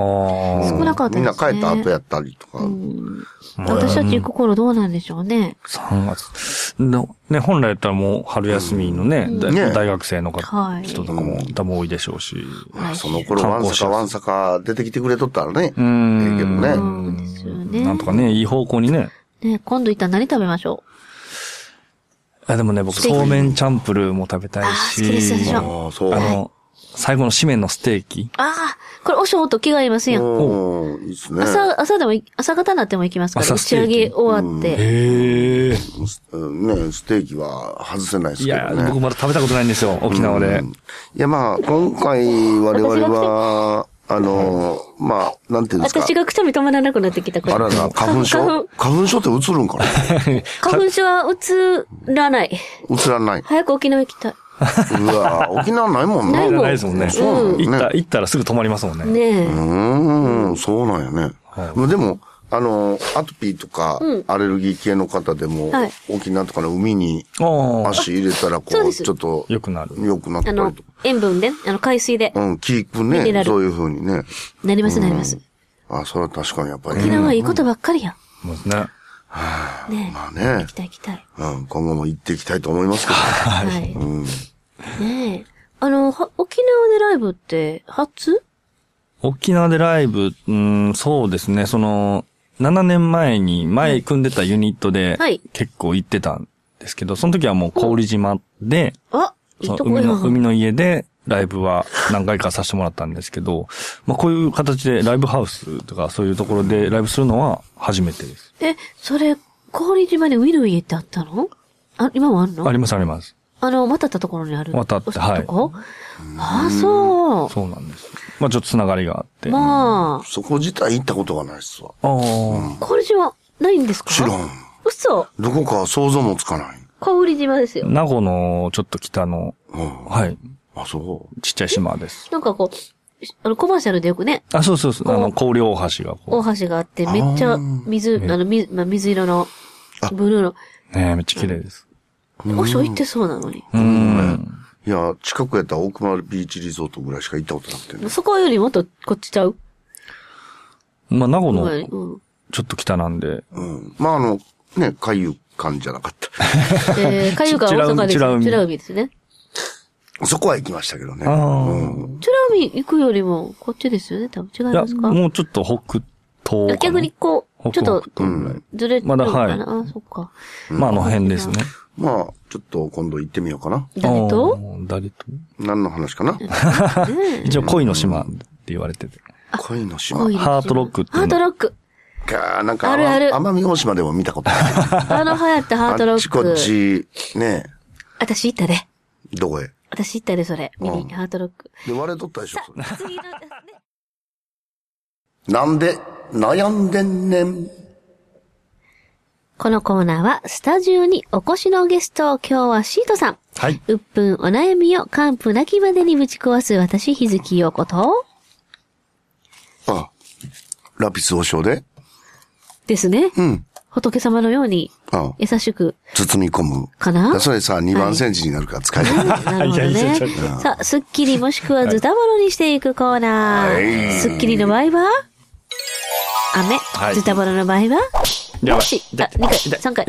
S1: 少なかったですね
S2: みんな帰った後やったりとか。
S1: うん私たち行く頃どうなんでしょうね。
S3: あ、3月。のね、本来だったらもう春休みのね、だ
S2: ね
S3: 大学生の方
S1: はい
S3: 人とかも多分多いでしょうし。
S2: まあその頃、わんさかわんさか出てきてくれとったらね。え
S3: う
S2: えけど
S3: ん。
S1: う
S2: ね。
S1: ん、ですよね。
S3: なんとかね、いい方向にね。
S1: ね、今度行ったら何食べましょ
S3: あでもね、僕、そうめんチャンプルーも食べたい
S1: あー好きです
S3: し、
S1: 私
S3: あ
S1: は
S2: ああ、そう。
S3: の、最後の締めのステーキ。
S1: うああ、これ、おしょうと気が合いますやん。
S2: おーいいっすね。
S1: 朝、朝でもい、朝方になっても行きますから、
S3: 朝
S1: 打
S3: ス
S1: ち
S3: テー
S1: 上
S3: キ
S1: げ終わって。
S3: へえ。
S2: うんね、ステーキは外せないです
S3: い
S2: けど
S3: や、
S2: ね。
S3: 僕まだ食べたことないんですよ、沖縄で。
S2: いや、まあ、今回我々は、あの、まあ、なんていうんですか。
S1: 私がくしゃみ止まらなくなってきたこれ
S2: あらら、花粉症
S1: 花粉
S2: 花粉症って映るんかな
S1: 花粉症はうつらない。
S2: 映らない。
S1: 早く沖縄行きたい。
S2: うわー沖縄ないもん
S1: な
S2: な。
S1: いもん
S3: ないですもんね。
S2: そう
S3: 行
S2: な
S3: っ
S2: の
S3: た、
S2: ね。
S3: 行ったらすぐ止まりますもんね。
S1: ねえ。
S2: うーん、そうなんやね。まあでも、あの、アトピーとか、アレルギー系の方でも
S1: はい、
S2: 沖縄とかの海に
S3: ああ、
S2: 足入れたら、こ
S1: そうで
S2: う、
S1: す
S2: ちょっと、
S3: 良くなる。
S2: 良くなった
S1: あ
S2: りと
S1: の
S2: か。、
S1: 塩分で、あの、海水で、
S2: うん、聞く
S1: ミネラ
S2: ね。
S1: ル
S2: そういう風にね。
S1: なりますなります。
S2: あ、それは確かにやっぱり。
S1: 沖縄はいいことばっかりや
S3: もうね。
S1: ん。ねえ。
S2: まあね
S1: 行き。たい行きたい。
S2: うん、今後も行っていきたいと思いますけど。
S1: はい。 (laughs)
S2: うん。
S1: ねえ。あの、は沖縄でライブって、初
S3: 沖縄でライブ、うん、そうですね、その、7年前に前組んでたユニットで
S1: はい、
S3: 結構行ってたんですけど、その時はもう氷島で、
S1: あい
S3: そ
S1: い
S3: の
S1: とこ
S3: 海
S1: や
S3: の海
S1: ん。
S3: の家でライブは何回かさせてもらったんですけど、まあこういう形でライブハウスとかそういうところでライブするのは初めてです。
S1: え、それ、氷島に海の家ってあったのあ、今もあるの
S3: ありますあります。
S1: あの、渡ったところにある。
S3: 渡ってはい
S1: とこあ、そ
S3: そうなんです。まあちょっとつながりがあって。
S1: う。
S3: あ
S1: まあ、
S2: そこ自体行ったことがないっすわ。
S3: あ
S1: 氷島、ないんですか
S2: 知らん。
S1: 嘘
S2: どこか想像もつかない。
S1: 氷島ですよ。
S3: 名護のちょっと北の、
S2: うん。
S3: はい、
S2: あ、そう。
S3: ちっちゃい島です。
S1: なんかこう、あの、コマーシャルでよくね、
S3: あ、そうそうそう。あの、氷大橋がこ
S1: 大
S3: う。
S1: 橋があって、めっちゃ
S2: あー
S1: 水、あの、水、まあ、水色の、ブルーの、
S3: ねえめっちゃ綺麗です。
S1: おしょ行ってそうなのに。
S3: うん。
S2: いや、近くやったら奥丸ビーチリゾートぐらいしか行ったことなくてね。
S1: そこよりもっとこっちちゃう
S3: まあ、名護
S1: う
S3: の
S1: ん。
S3: ちょっと北なんで。
S2: うん。まあ、あの、ね、海遊館じゃなかっ
S1: え
S3: (laughs)
S1: ー、海遊館は大阪です。
S3: 美
S1: 美
S3: ら
S1: ら
S3: 海
S1: 海ですね。
S2: た。 (laughs) そこは行きましたけどね。
S3: ああ
S2: うん。
S1: 美ら海行くよりも、こっちですよね、多分。違い
S3: いや
S1: ま、すか
S3: もうちょっと北東かな。
S1: 逆にこう、ちょっと
S3: 北、北東ぐらい
S1: ずれてる
S3: まだ
S1: のか
S3: はい
S1: な、あ、そっか。
S3: まあ、あの辺ですね。
S2: まあ、ちょっと今度行ってみようかな。
S1: 誰
S3: あ
S1: と
S3: ー誰と
S2: 何の話かな
S1: ねえ
S3: 一応恋の島って言われてて。
S2: 恋の島。
S1: 恋の島
S3: (laughs) ハートロックっていうの
S1: ハートロック。
S2: かなんか、
S1: あるある
S2: 奄美大島でも見たことあ
S1: (laughs)
S2: る。
S1: あの流行ったハートロ
S2: あっ
S1: ッ
S2: ちこ
S1: ク。
S2: っち、ね、
S1: 私行ったで。
S2: どこへ。
S1: 私行ったで、それ。見
S2: うん
S1: に、ハートロック。
S2: で、割れとったでしょ、それ
S1: 次の、ね。 (laughs)
S2: なんで、悩んでんねん。
S1: このコーナーは、スタジオにお越しのゲスト、今日はシートさん。
S3: はい。
S1: うっぷんお悩みを完膚なきまでにぶち壊す私、日月陽子と、
S2: あ、ラピス王将で
S1: ですね。
S2: うん。
S1: 仏様のように、
S2: あ
S1: 優しく、
S2: 包み込む。
S1: かな
S2: だそれさ、2
S1: は
S2: 番
S1: (laughs) い
S2: センチになるから使える。
S1: なるほど
S3: いやいや
S1: ね
S3: いや。
S1: さあ、スッキリもしくはズタボロにしていくコーナー。スッキリの場合は雨、
S3: い
S1: ズタボロの場合は
S3: やばい
S1: もし、あ、2回、3回。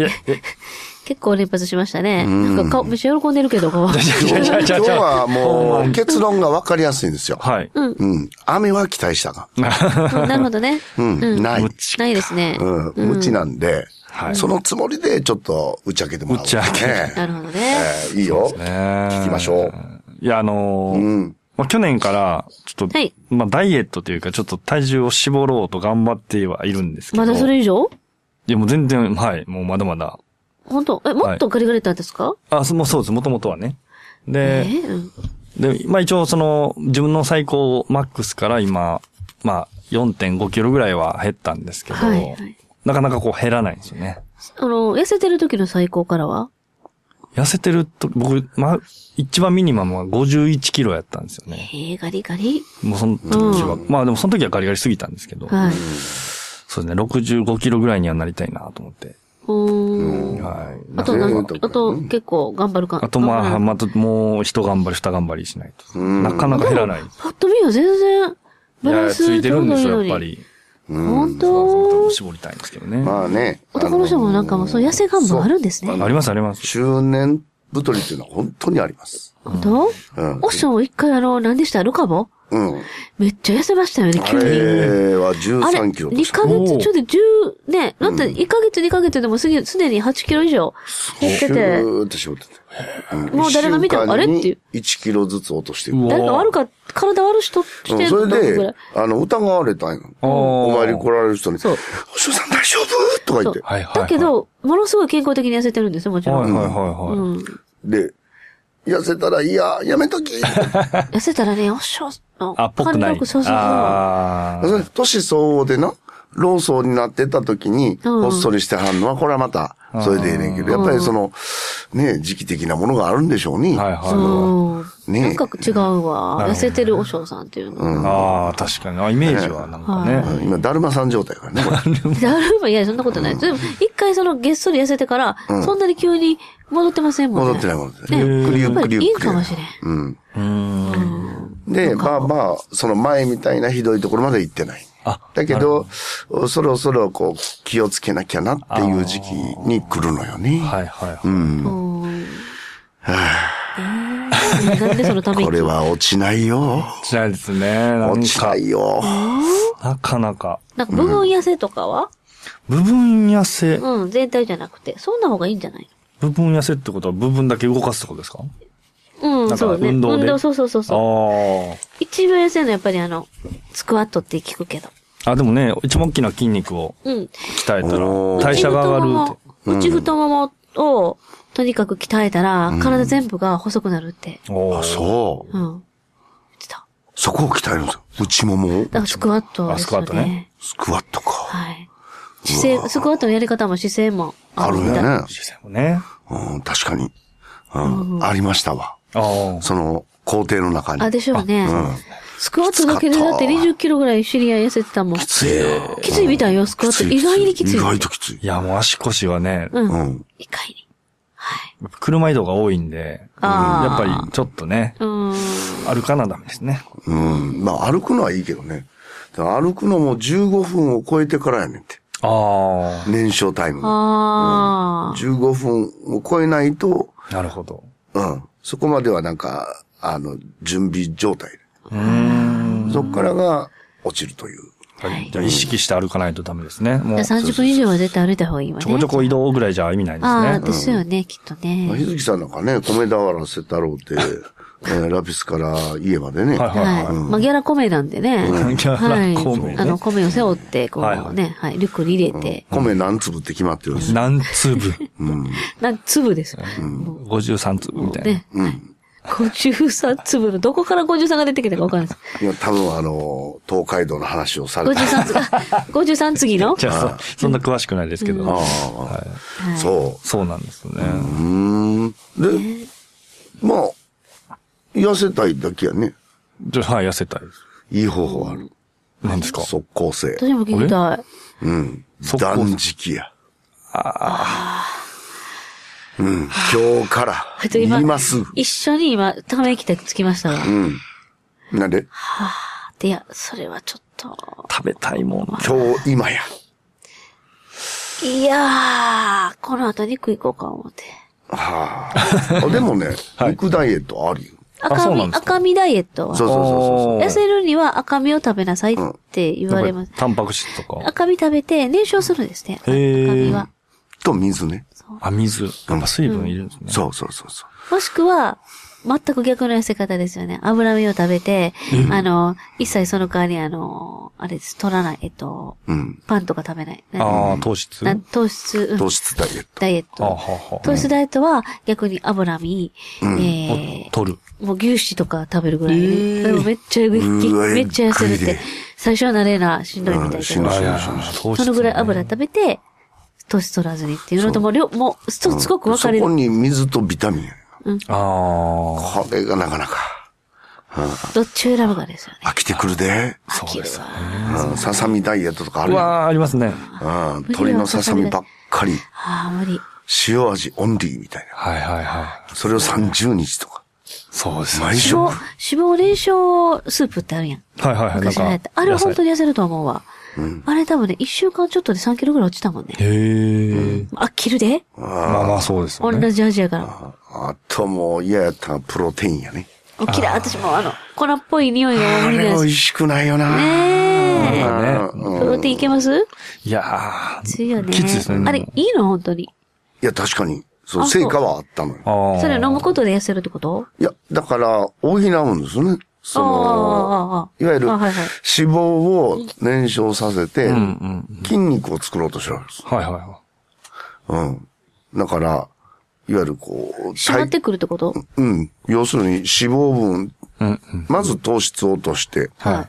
S1: 結構連発しましたね。なんか顔、めっちゃ喜んでるけど、こう。
S2: 今日今日は
S3: ほん
S2: も
S3: ま
S2: う
S3: に
S2: 結論が分かりやすいんですよ。
S3: はい。
S2: うん。雨は期待したが。
S1: うんなるほどね。
S2: うん。ない。う
S1: ないですね。
S2: ん。無知なんで、
S3: はい
S2: そのつもりでちょっと打ち明けてもらおう。
S3: 打ち明け
S2: ね
S1: なるほどね。
S2: えーいいよ。
S3: 聞
S2: きましょう。
S3: いや、あのー
S2: うん
S3: まあ、去年から、ちょっと、
S1: はい
S3: まあ、ダイエットというか、ちょっと体重を絞ろうと頑張ってはいるんですけど。
S1: まだそれ以上
S3: いや、もう全然、はい、もうまだまだ。
S1: 本当え、もっとガリガリだったんですか
S3: あ、そもうそうです、もともとはね。で、
S1: えうん
S3: で、まあ一応その、自分の最高マックスから今、まあ4.5キロぐらいは減ったんですけど、
S1: はいはい
S3: なかなかこう減らないんですよね。
S1: あの、痩せてる時の最高からは
S3: 痩せてると、僕、まあ、一番ミニマムは51キロやったんですよね。
S1: えー、ガリガリ。
S3: もうその時は、
S1: う
S3: まあでもその時はガリガリすぎたんですけど、
S1: はい。
S3: そうですね、65キロぐらいにはなりたいなと思って。
S1: うーん。
S3: はい。
S1: あとな
S2: そうい
S1: ん
S2: うと
S1: か
S2: こ、
S1: あと結構頑張るか。
S3: あとまあ、
S1: 頑張
S3: またもう一頑張り二頑張りしないと。なかなか減らない。
S1: らパッと見は全然、
S3: い
S1: バラ
S3: や、
S1: ン
S3: つい
S1: ス
S3: て
S1: ちょ
S3: る
S1: うんど
S3: で
S1: い
S3: す
S1: い
S3: よ、
S1: の
S3: や
S1: に。
S3: っぱり。
S1: 本
S3: そう
S1: 当
S3: 絞りたいんですけどね。
S2: まあね。
S1: 男の人もなんかもうそういう痩せ願望あるんですね。
S3: ありますあります。
S2: 中年太りっていうのは本当にあります。
S1: 本当
S2: うん
S1: オッションを一回あの、何でしたルカボ
S2: うん。
S1: めっちゃ痩せましたよね、
S2: あ
S1: 急に。
S2: れは
S1: あれ、
S2: 13キロで
S1: 2
S2: した
S1: ヶ月、ちょっと10、ね、だって1ヶ月2ヶ月でもすげすでに8キロ以上減って
S2: シ
S1: て
S2: ュ、ーって絞ってて。ん
S1: もう誰が見てもあれっていう。
S2: 一週間に1キロずつ落としていく。
S3: うわ
S1: 誰か悪かっ、体悪い人
S2: う
S1: し
S2: ん
S1: てる
S2: そ
S1: の
S2: れ
S1: ぐら
S2: で
S1: い。、
S2: あの、疑われたんや。
S3: あー
S2: お参り来られる人に、お
S1: そう
S2: 師匠さん大丈夫とか言って。
S3: はいはいはい。
S1: だけ、ど、ものすごい健康的に痩せてるんですよ、もちろ
S3: はいはい
S1: ん。
S3: はいはい。
S1: うん。
S2: で、痩せたら、いや、やめとき。
S1: 痩せたらね、おっしょ、
S3: あ、ぽくない。
S1: そうそうそう。
S3: あー
S2: それ、年相応でな、論争になってた時に、
S1: うん
S2: ほっそりしてはんのは、これはまた、それでええねんけど、やっぱりその、ね、時期的なものがあるんでしょうに。
S3: はいはい
S2: その
S1: うん。
S2: ね
S1: なんか違うわ。
S3: はい
S1: 痩せてるお尚さんっていうの。
S3: ああ、確かに。あ、イメージはなんかね。
S2: うん今、だるまさん状態やから
S3: (laughs)
S2: ね、これ。
S1: だるま、いや、そん (laughs) なことない。でも、一回その、げっそり痩せてから、そんなに急に戻ってませんもんね。。
S2: 戻ってないいもんです
S1: ね
S2: ね。ゆっくりゆ
S1: や
S2: っ
S1: っぱ
S2: くり
S1: りいい
S2: ゆっ
S1: ん
S2: くり
S1: か。もしれん。
S2: うん。
S3: うん。
S2: で、まあまあ、その前みたいなひどいところまで行ってない。
S3: あ、
S2: だけど、そろそろこう、気をつけなきゃなっていう時期に来るのよね。
S3: はいはいはい。
S1: うん。えーなんでそのため
S2: こ
S1: 息
S2: れは落ちないよ。
S3: しないですね。なん
S2: 落ち
S3: か
S2: な、いよ。
S3: なかなか。
S1: なんか部分痩せとかは、
S3: 部分痩せ。
S1: うん、全体じゃなくて。そんな方がいいんじゃない
S3: 部分痩せってことは部分だけ動かすってことですか
S1: のう、
S3: なんんか
S1: そうね。
S3: 運動で
S1: そうそうそうそう。一番痩せるのはやっぱりあの、スクワットって聞くけど。
S3: ああ。あ、でもね、一番大きな筋肉を
S1: うん。
S3: 鍛えた
S2: おー
S3: ら、代謝が上がるって。
S1: 内太ももを、とにかく鍛えたら、体全部が細くなるって。
S3: おー
S2: あ、そう。
S1: うん。言ってた。
S2: そこを鍛えるんですよ。内ももを
S1: だからスクワット
S3: あ
S1: ですよね。
S3: スクワットね
S2: スクワットか。
S1: はい。姿勢、スクワットのやり方も姿勢も
S2: ある
S1: み
S2: よ
S1: たい
S2: ね。
S3: 姿勢もね。
S2: うん、確かに。うん、ありましたわ。
S3: ああ。
S2: その、工程の中
S1: あ、
S2: に。
S1: でしょうね。スクワットだけで
S2: きつかっ
S1: だったて20キロぐらいシリア痩せてたもん。
S2: きついよ。
S1: きついみたいよ、スクワット。
S2: きつい
S1: 意外にきつい。
S2: 意外ときつい
S3: い。や、もう足腰はね、
S1: うん。
S2: う
S1: 意
S2: ん。
S1: 外に。
S3: 車移動が多いんで、やっ
S1: あー
S3: ぱりちょっとね、
S1: うーん。
S3: 歩かなダメですね。
S2: うん。まあ、歩くのはいいけどね。だから歩くのも15分を超えてからやねんって。
S3: あ
S2: 燃焼タイムが。
S1: ああ。
S2: 15分を超えないと、
S3: あ。なるほど。
S2: うん。そこまではなんか、あの、準備状態。
S3: うーん。
S2: そっからが落ちるという。
S1: はい
S3: じゃあ意識して歩かないとダメですね。もう、ち
S1: 30分以上は絶対歩いた方がいいわね。
S3: ょこちょこ移動ぐらいじゃ意味ないで
S1: ああ、
S3: すね。
S1: ですよね、きっと
S2: まあ
S1: ね。
S2: 日月さんなんかね、米俵瀬太郎っ
S3: (laughs)
S2: て、えーラピスから家までね。
S3: はいはい
S1: はい。まあ、ギャラ米なんでね。
S3: んギャラ
S1: はい
S3: 米ね
S1: あの、米を背負って、こ
S3: はいは
S1: う
S3: い
S1: ね、はい、リュックに入れて。
S2: 米何粒って決まってるんですよ。
S3: 何粒
S1: なん、粒ですよ。
S3: ?53 粒みたいな。
S1: ね。53粒の、どこから53が出てきたかわかんないです。
S2: いや、多分あの、東海道の話をされた。
S1: 53次、あ53次
S3: (laughs)
S1: の
S3: じゃあ、そそんな詳しくないですけど。
S2: ああ、
S1: はい
S2: そ
S3: そうなんですね。
S2: う。うーん。で、まあ、痩せたいだけやね。
S3: じゃあ、はい、痩せたいです。
S2: いい方法ある。
S3: 何ですか
S2: 即効性。
S1: 私も聞きたい。
S2: うん。
S3: 即効性
S2: 断食や。うん。今日
S3: (laughs)
S2: から。
S1: えっと今
S2: 今すぐ。
S1: 一緒に今、ため息つきましたわ。
S2: うん。なんで
S1: で、いや、それはちょっと。
S3: 食べたいもん。
S2: 今日今や。
S1: いやー、この後肉行こうか思って。
S2: は
S3: (laughs)
S2: あ。あでもね、肉ダイエットあるよ。
S3: あ
S1: 赤
S3: そうな
S1: 身
S3: ん、ですか
S1: 赤身ダイエットは
S2: そうそうそう
S3: おー
S1: 痩せるには赤身を食べなさいって言われます
S3: やっぱり。タンパク質とか。
S1: 赤身食べて燃焼するんですね。赤
S3: へー
S1: 身は。
S2: そう。と水ね。
S3: あ、水。やっぱ水分いるんですね。
S2: そうそうそうそう。
S1: もしくは、全く逆の痩せ方ですよね。脂身を食べて、あの、一切その代わりあの、あれです、取らない、えっと、
S2: うん。
S1: パンとか食べない。な
S3: ああ、糖質
S1: な糖質、うん
S2: 糖質ダイエット。
S1: ダイエッ
S3: あは
S1: ト。
S3: は。
S1: 糖質ダイエットは逆に脂身、え
S3: 取る。
S1: ー、もう牛脂とか食べるぐらいで、でもめっちゃえぐいう
S2: わ
S1: めっちゃ痩せるっ
S2: えぐい
S1: て
S2: ね、
S1: 最初は慣れな、しんどいみた
S2: う
S1: い
S2: ん
S1: け
S2: しん
S1: ど
S2: どい、
S3: あいや
S2: そうそうそう
S3: 糖質
S1: そのぐらい油食べて、糖質取らずにっていうのとも、両もう、すすごく分かれ
S2: そこ
S1: る。
S2: に水とビタミン。
S3: ああ。
S2: これがなかなか
S1: どっちを選ぶかですよね。
S2: 飽きてくるで。
S1: 飽きるわ。
S2: うん。ささみダイエットとかある
S3: う
S2: よ。
S3: わーありますね。
S2: うん。鶏のささみばっかり。
S1: ああ、無理。
S2: 塩味オンリーみたいな。
S3: はいはいはい。
S2: それを30日とか。
S3: そうですね。
S2: 毎
S1: 脂
S2: 食。
S1: 肪、脂肪燃焼スープってあるやん。
S3: はいはいはい。なん
S1: 昔流
S3: か
S1: 行った。あれ本当に痩せると思うわ。あれ多分ね、一週間ちょっとで3キロぐらい落ちたもんね。
S3: へえ。
S1: 飽きるで
S3: まあまあそうですよね。
S1: 同じ味やから。
S2: あともう嫌やったらプロテインやね。
S1: おきら、私もあの、粉っぽい匂いが
S2: あ
S1: 多い
S2: れ
S1: で
S2: 美
S1: す。
S2: 味
S1: ね
S2: しくないよな。
S1: え。
S3: まあね。
S1: プロテインいけます
S3: いやー。
S1: 強いよね。
S3: きついですね。
S1: あれ、いいの本当に。
S2: いや、確かに。そ
S1: あ
S2: う、
S1: そう
S2: 成果はあったのよ。
S3: ああ。
S1: それを飲むことで痩せるってこと
S2: いや、だから、補うんですね。そ
S1: あ
S2: の、
S1: あああああ
S2: いわゆる、
S1: あは
S2: 脂
S1: いはい
S2: 肪を燃焼させて、筋肉を作ろうとしてるんです。
S3: はいはいは
S2: うん。だから、いわゆるこう、
S1: 閉まってくるってこと
S2: うん。要するに脂肪分、
S3: い。うん
S2: まず糖質を落として、
S1: は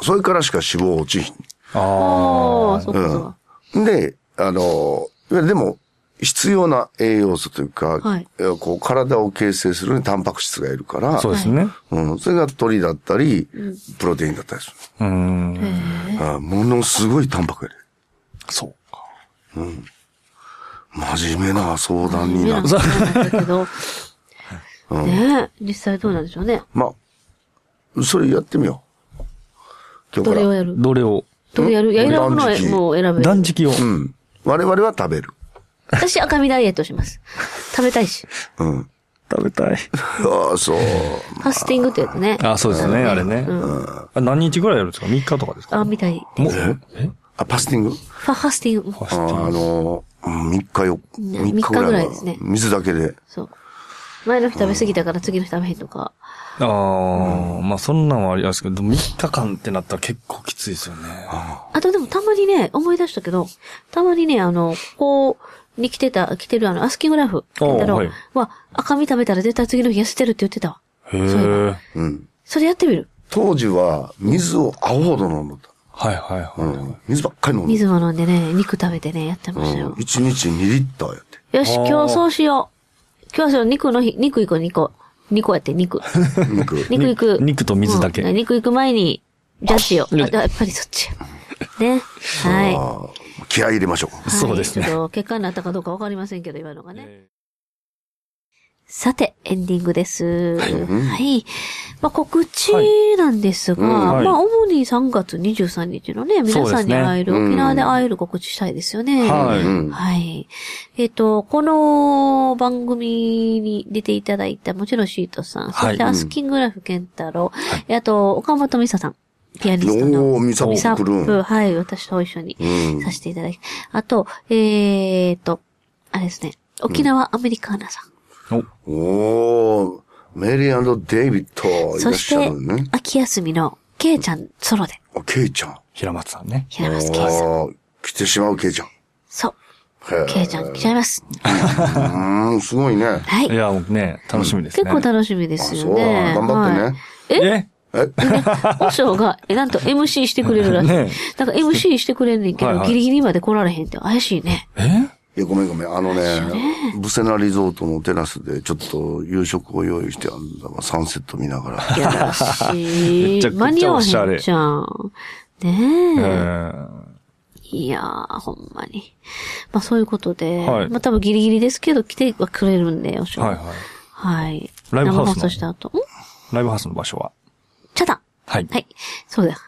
S1: い。
S2: それからしか脂肪落ちひん。
S1: ああ、そうかそうか。
S2: うん。で、あの、いわゆるでも、必要な栄養素というか、
S1: はい
S2: えーこう体を形成するのにタンパク質がいるから、
S3: そうですね。
S2: うん、それが鳥だったり、プロテインだったりする。
S3: うーん。
S2: あものすごいタンパクやで。
S3: そうか。
S2: 真面目な相談になる。
S1: ねなんだけ
S3: (laughs)
S1: ど。ねえ、実際どうなんでしょうね。
S2: まあ、それやってみよう。今日
S1: ど
S2: か
S1: れを
S2: ら。
S1: やる
S3: どれを
S1: どれやるいや、選ぶの
S2: 断食
S1: はもう選べ
S3: 断
S1: る。
S3: 食を。
S2: うん。我々は食べる。
S1: 私赤身ダイエットします。食べたいし。
S2: うん。
S3: 食べたい。
S2: ああ、そう。
S1: ファスティングってやつね。
S3: あ、そうですね、あれね。
S1: うん
S3: あ何日ぐらいやるんですか ?3 日とかですか
S1: あ、みたい。
S3: もう、え
S2: あ、パスティング
S1: ファファスティング。
S2: ああの、うん3日よ、
S1: ね
S2: 3日ぐらい
S1: 三日ぐら
S2: はい
S1: ですね
S2: 水だけで。
S1: そう。前の日食べ過ぎたから次の日食べへんとか。
S3: ああ、まあそんなんはありますけど、3日間ってなったら結構きついですよね。
S1: あとでもたまにね、思い出したけど、たまにね、あの、ここに来てた、来てるあの、アスキングラフ、
S3: おう
S1: だろ
S3: はい
S1: は、赤身食べたら絶対次の日痩せてるって言ってたわ。
S3: へえ。
S2: うん。
S1: それやってみる。
S2: 当時は水を青ほど飲んだ。
S3: はいはいはい。
S2: うん。水ばっかり飲んだ。
S1: 水も飲んでね、肉食べてね、やってましたよ。
S2: 1日2リッターやって。
S1: よし、
S3: あー
S1: 今日そうしよう。今日はそう、肉の日、肉行こう、肉。肉やって、肉。
S2: 肉。
S1: 肉行
S3: (laughs)
S1: く。
S3: に肉と水だけ
S1: うん肉行く前に、ジャッジを。
S3: うん
S1: あやっぱりそっち。ね。はい。はい
S2: ああ気合い入れましょう。
S3: (laughs) そうですね
S1: ちょっと、結果になったかどうかわかりませんけど、今のがね。さて、エンディングです。はい。まあ、告知なんですが、
S2: はい
S3: うんはい
S1: まあ、主に3月23日のね、皆さんに会える、
S2: そうですね
S1: 沖縄で会える告知したいですよね。
S3: は
S2: う
S3: い
S2: ん。
S1: はい。えっ、と、この番組に出ていただいた、もちろんシートさん、そして
S3: はい
S1: アスキングラフ健太郎、えあと、岡本美沙さん、ピアニストの。
S2: おー、ミサ
S1: 美
S2: ッ
S1: 沙
S2: プルーン。
S1: プ、はい、私と一緒に
S2: うん
S1: させていただき、あと、えっ、と、あれですね、沖縄アメリカーナさん、
S3: お、
S2: おー、メリーデイビッドいら
S1: そ
S2: っ
S1: し
S2: しゃ
S1: て
S2: るのね。、
S1: 秋休みの、ケイちゃんソロで、
S2: あ、ケイちゃん。
S3: 平松さんね。
S1: 平松ケイさん。
S2: あー来てしまうケイちゃん。
S1: そう、
S2: へ
S1: ケイちゃん来ちゃいます。
S2: ーうーん、すごいね。
S1: はい。
S3: いや、もうね、楽しみです
S1: 結構
S3: ね。
S1: 楽しみですよね。
S2: あそう頑張ってね
S1: はい
S3: え
S2: え、
S1: 和尚が、え、なんと MC してくれるらしい。
S3: ね
S1: なんか MC してくれんねんけど、
S3: はいはい
S1: ギリギリまで来られへんって怪しい
S3: (laughs)
S1: ね。
S3: え
S2: いや、ごめんごめん。あのね、ブセナリゾートのテラスでちょっと夕食を用意してあんだわ。サンセット見ながら。
S1: いやらし
S3: め
S1: い
S3: ちゃ。くちゃ
S1: 間に合わへんじゃん。ねえ。
S3: えー
S1: いやー、ほんまに。まあそういうことで、
S3: はい
S1: まあ多分ギリギリですけど、来てはくれるんで、和尚。
S3: はい
S1: い。
S3: は
S1: はい。
S3: ライブハウス
S1: 生
S3: の
S1: 放送した後。ん
S3: い。ライブハウスの場所は
S1: チャタン。
S3: はい。
S1: はい。そうだよ。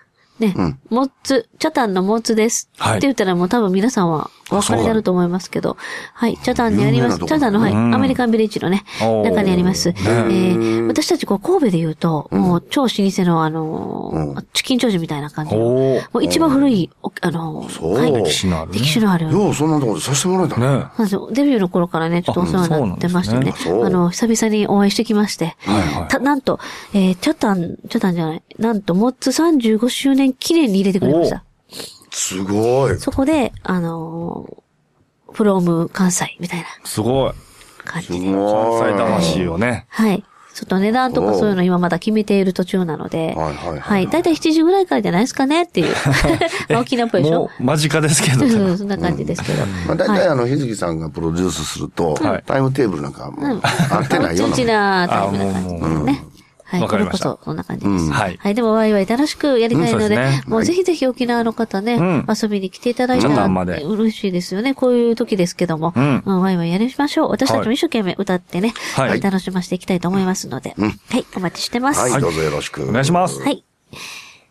S1: ね。モッツ、チャタンのモッツです。
S3: はい
S1: って言ったらもう多分皆さんはお分かりになると思いますけど。はい。チャタンにありま
S2: 有名な
S1: す。チ
S2: とこ
S1: ャタンの、はい。
S3: うん
S1: アメリカンビレッジのね、
S3: おー
S1: 中にあります。え
S3: ね
S1: ー私たちこう神戸で言うと、もう超老舗のあのーチキン長寿みたいな感じの。
S3: おー。
S1: もう一番古い、おあのー
S2: そう
S1: はい
S2: 歴
S3: 歴史のあるね。
S1: 歴史のある。
S2: よう、そんなとこでさせてもらえたね。
S3: ね
S1: そうなんですよ。デビューの頃からね、ちょっとお世話になってましてね。
S2: あ
S1: あ
S2: そうなんですね
S1: の、久々にお会いしてきまして。
S3: はいはい
S1: た、なんと、えー、チャタン、チャタンじゃない。なんと、モッツ35周年記念に入れてくれました。
S2: すごい。
S1: そこで、あのー、フローム関西みたいな
S3: すごい。
S1: 感
S2: す
S1: じで。
S2: ごい。
S3: 関西魂をね。
S1: はい。ちょっと値段とかそういうの今まだ決めている途中なので。
S2: はいはいはい
S1: はい。だいたい7時ぐらいからじゃないですかね
S2: (laughs)
S1: っていう。まあ沖縄っぽいでしょ
S3: もう間近ですけど
S1: う
S3: ね。
S1: んそんな感じですけど。
S2: まあ、大
S1: はい
S2: 体あの、ひずきさんがプロデュースすると、
S3: はい
S2: タイムテーブルなんかもう合ってないよ
S1: (laughs)
S2: う
S1: う
S2: な。
S1: ちなタイプな感じ
S3: あ
S1: ですね。はい。
S3: わかりました
S1: これこそ、こんな感じです。
S3: んはい
S1: はい。でも、ワイワイ楽しくやりたいので、
S3: うんそうですね
S1: もうぜひぜひ沖縄の方ね、
S3: ん
S1: 遊びに来ていただいた
S3: ちょっと
S1: ら、
S3: あんまで
S1: 嬉しいですよね。こういう時ですけども、
S3: うん
S1: うんワイワイやりましょう。私たち
S3: は
S1: も
S3: い
S1: 一生懸命歌ってね、
S3: はい
S1: はい楽しませていきたいと思いますので、はい。お待ちしてます。
S2: はい、どうぞよろしく。
S3: お願いします。
S1: はい。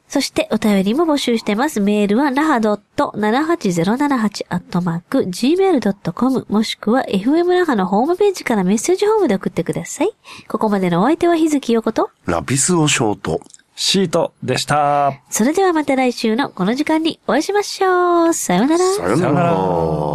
S1: そして、お便りも募集してます。メールは、raha.78078-gmail.com もしくは、FM ラハのホームページからメッセージホームで送ってください。ここまでのお相手は、日月よこと。
S2: ラピスをショート。
S3: シートでした。
S1: それではまた来週のこの時間にお会いしましょう。さようなら。
S2: さよ
S3: さ
S2: な
S3: よな
S2: ら。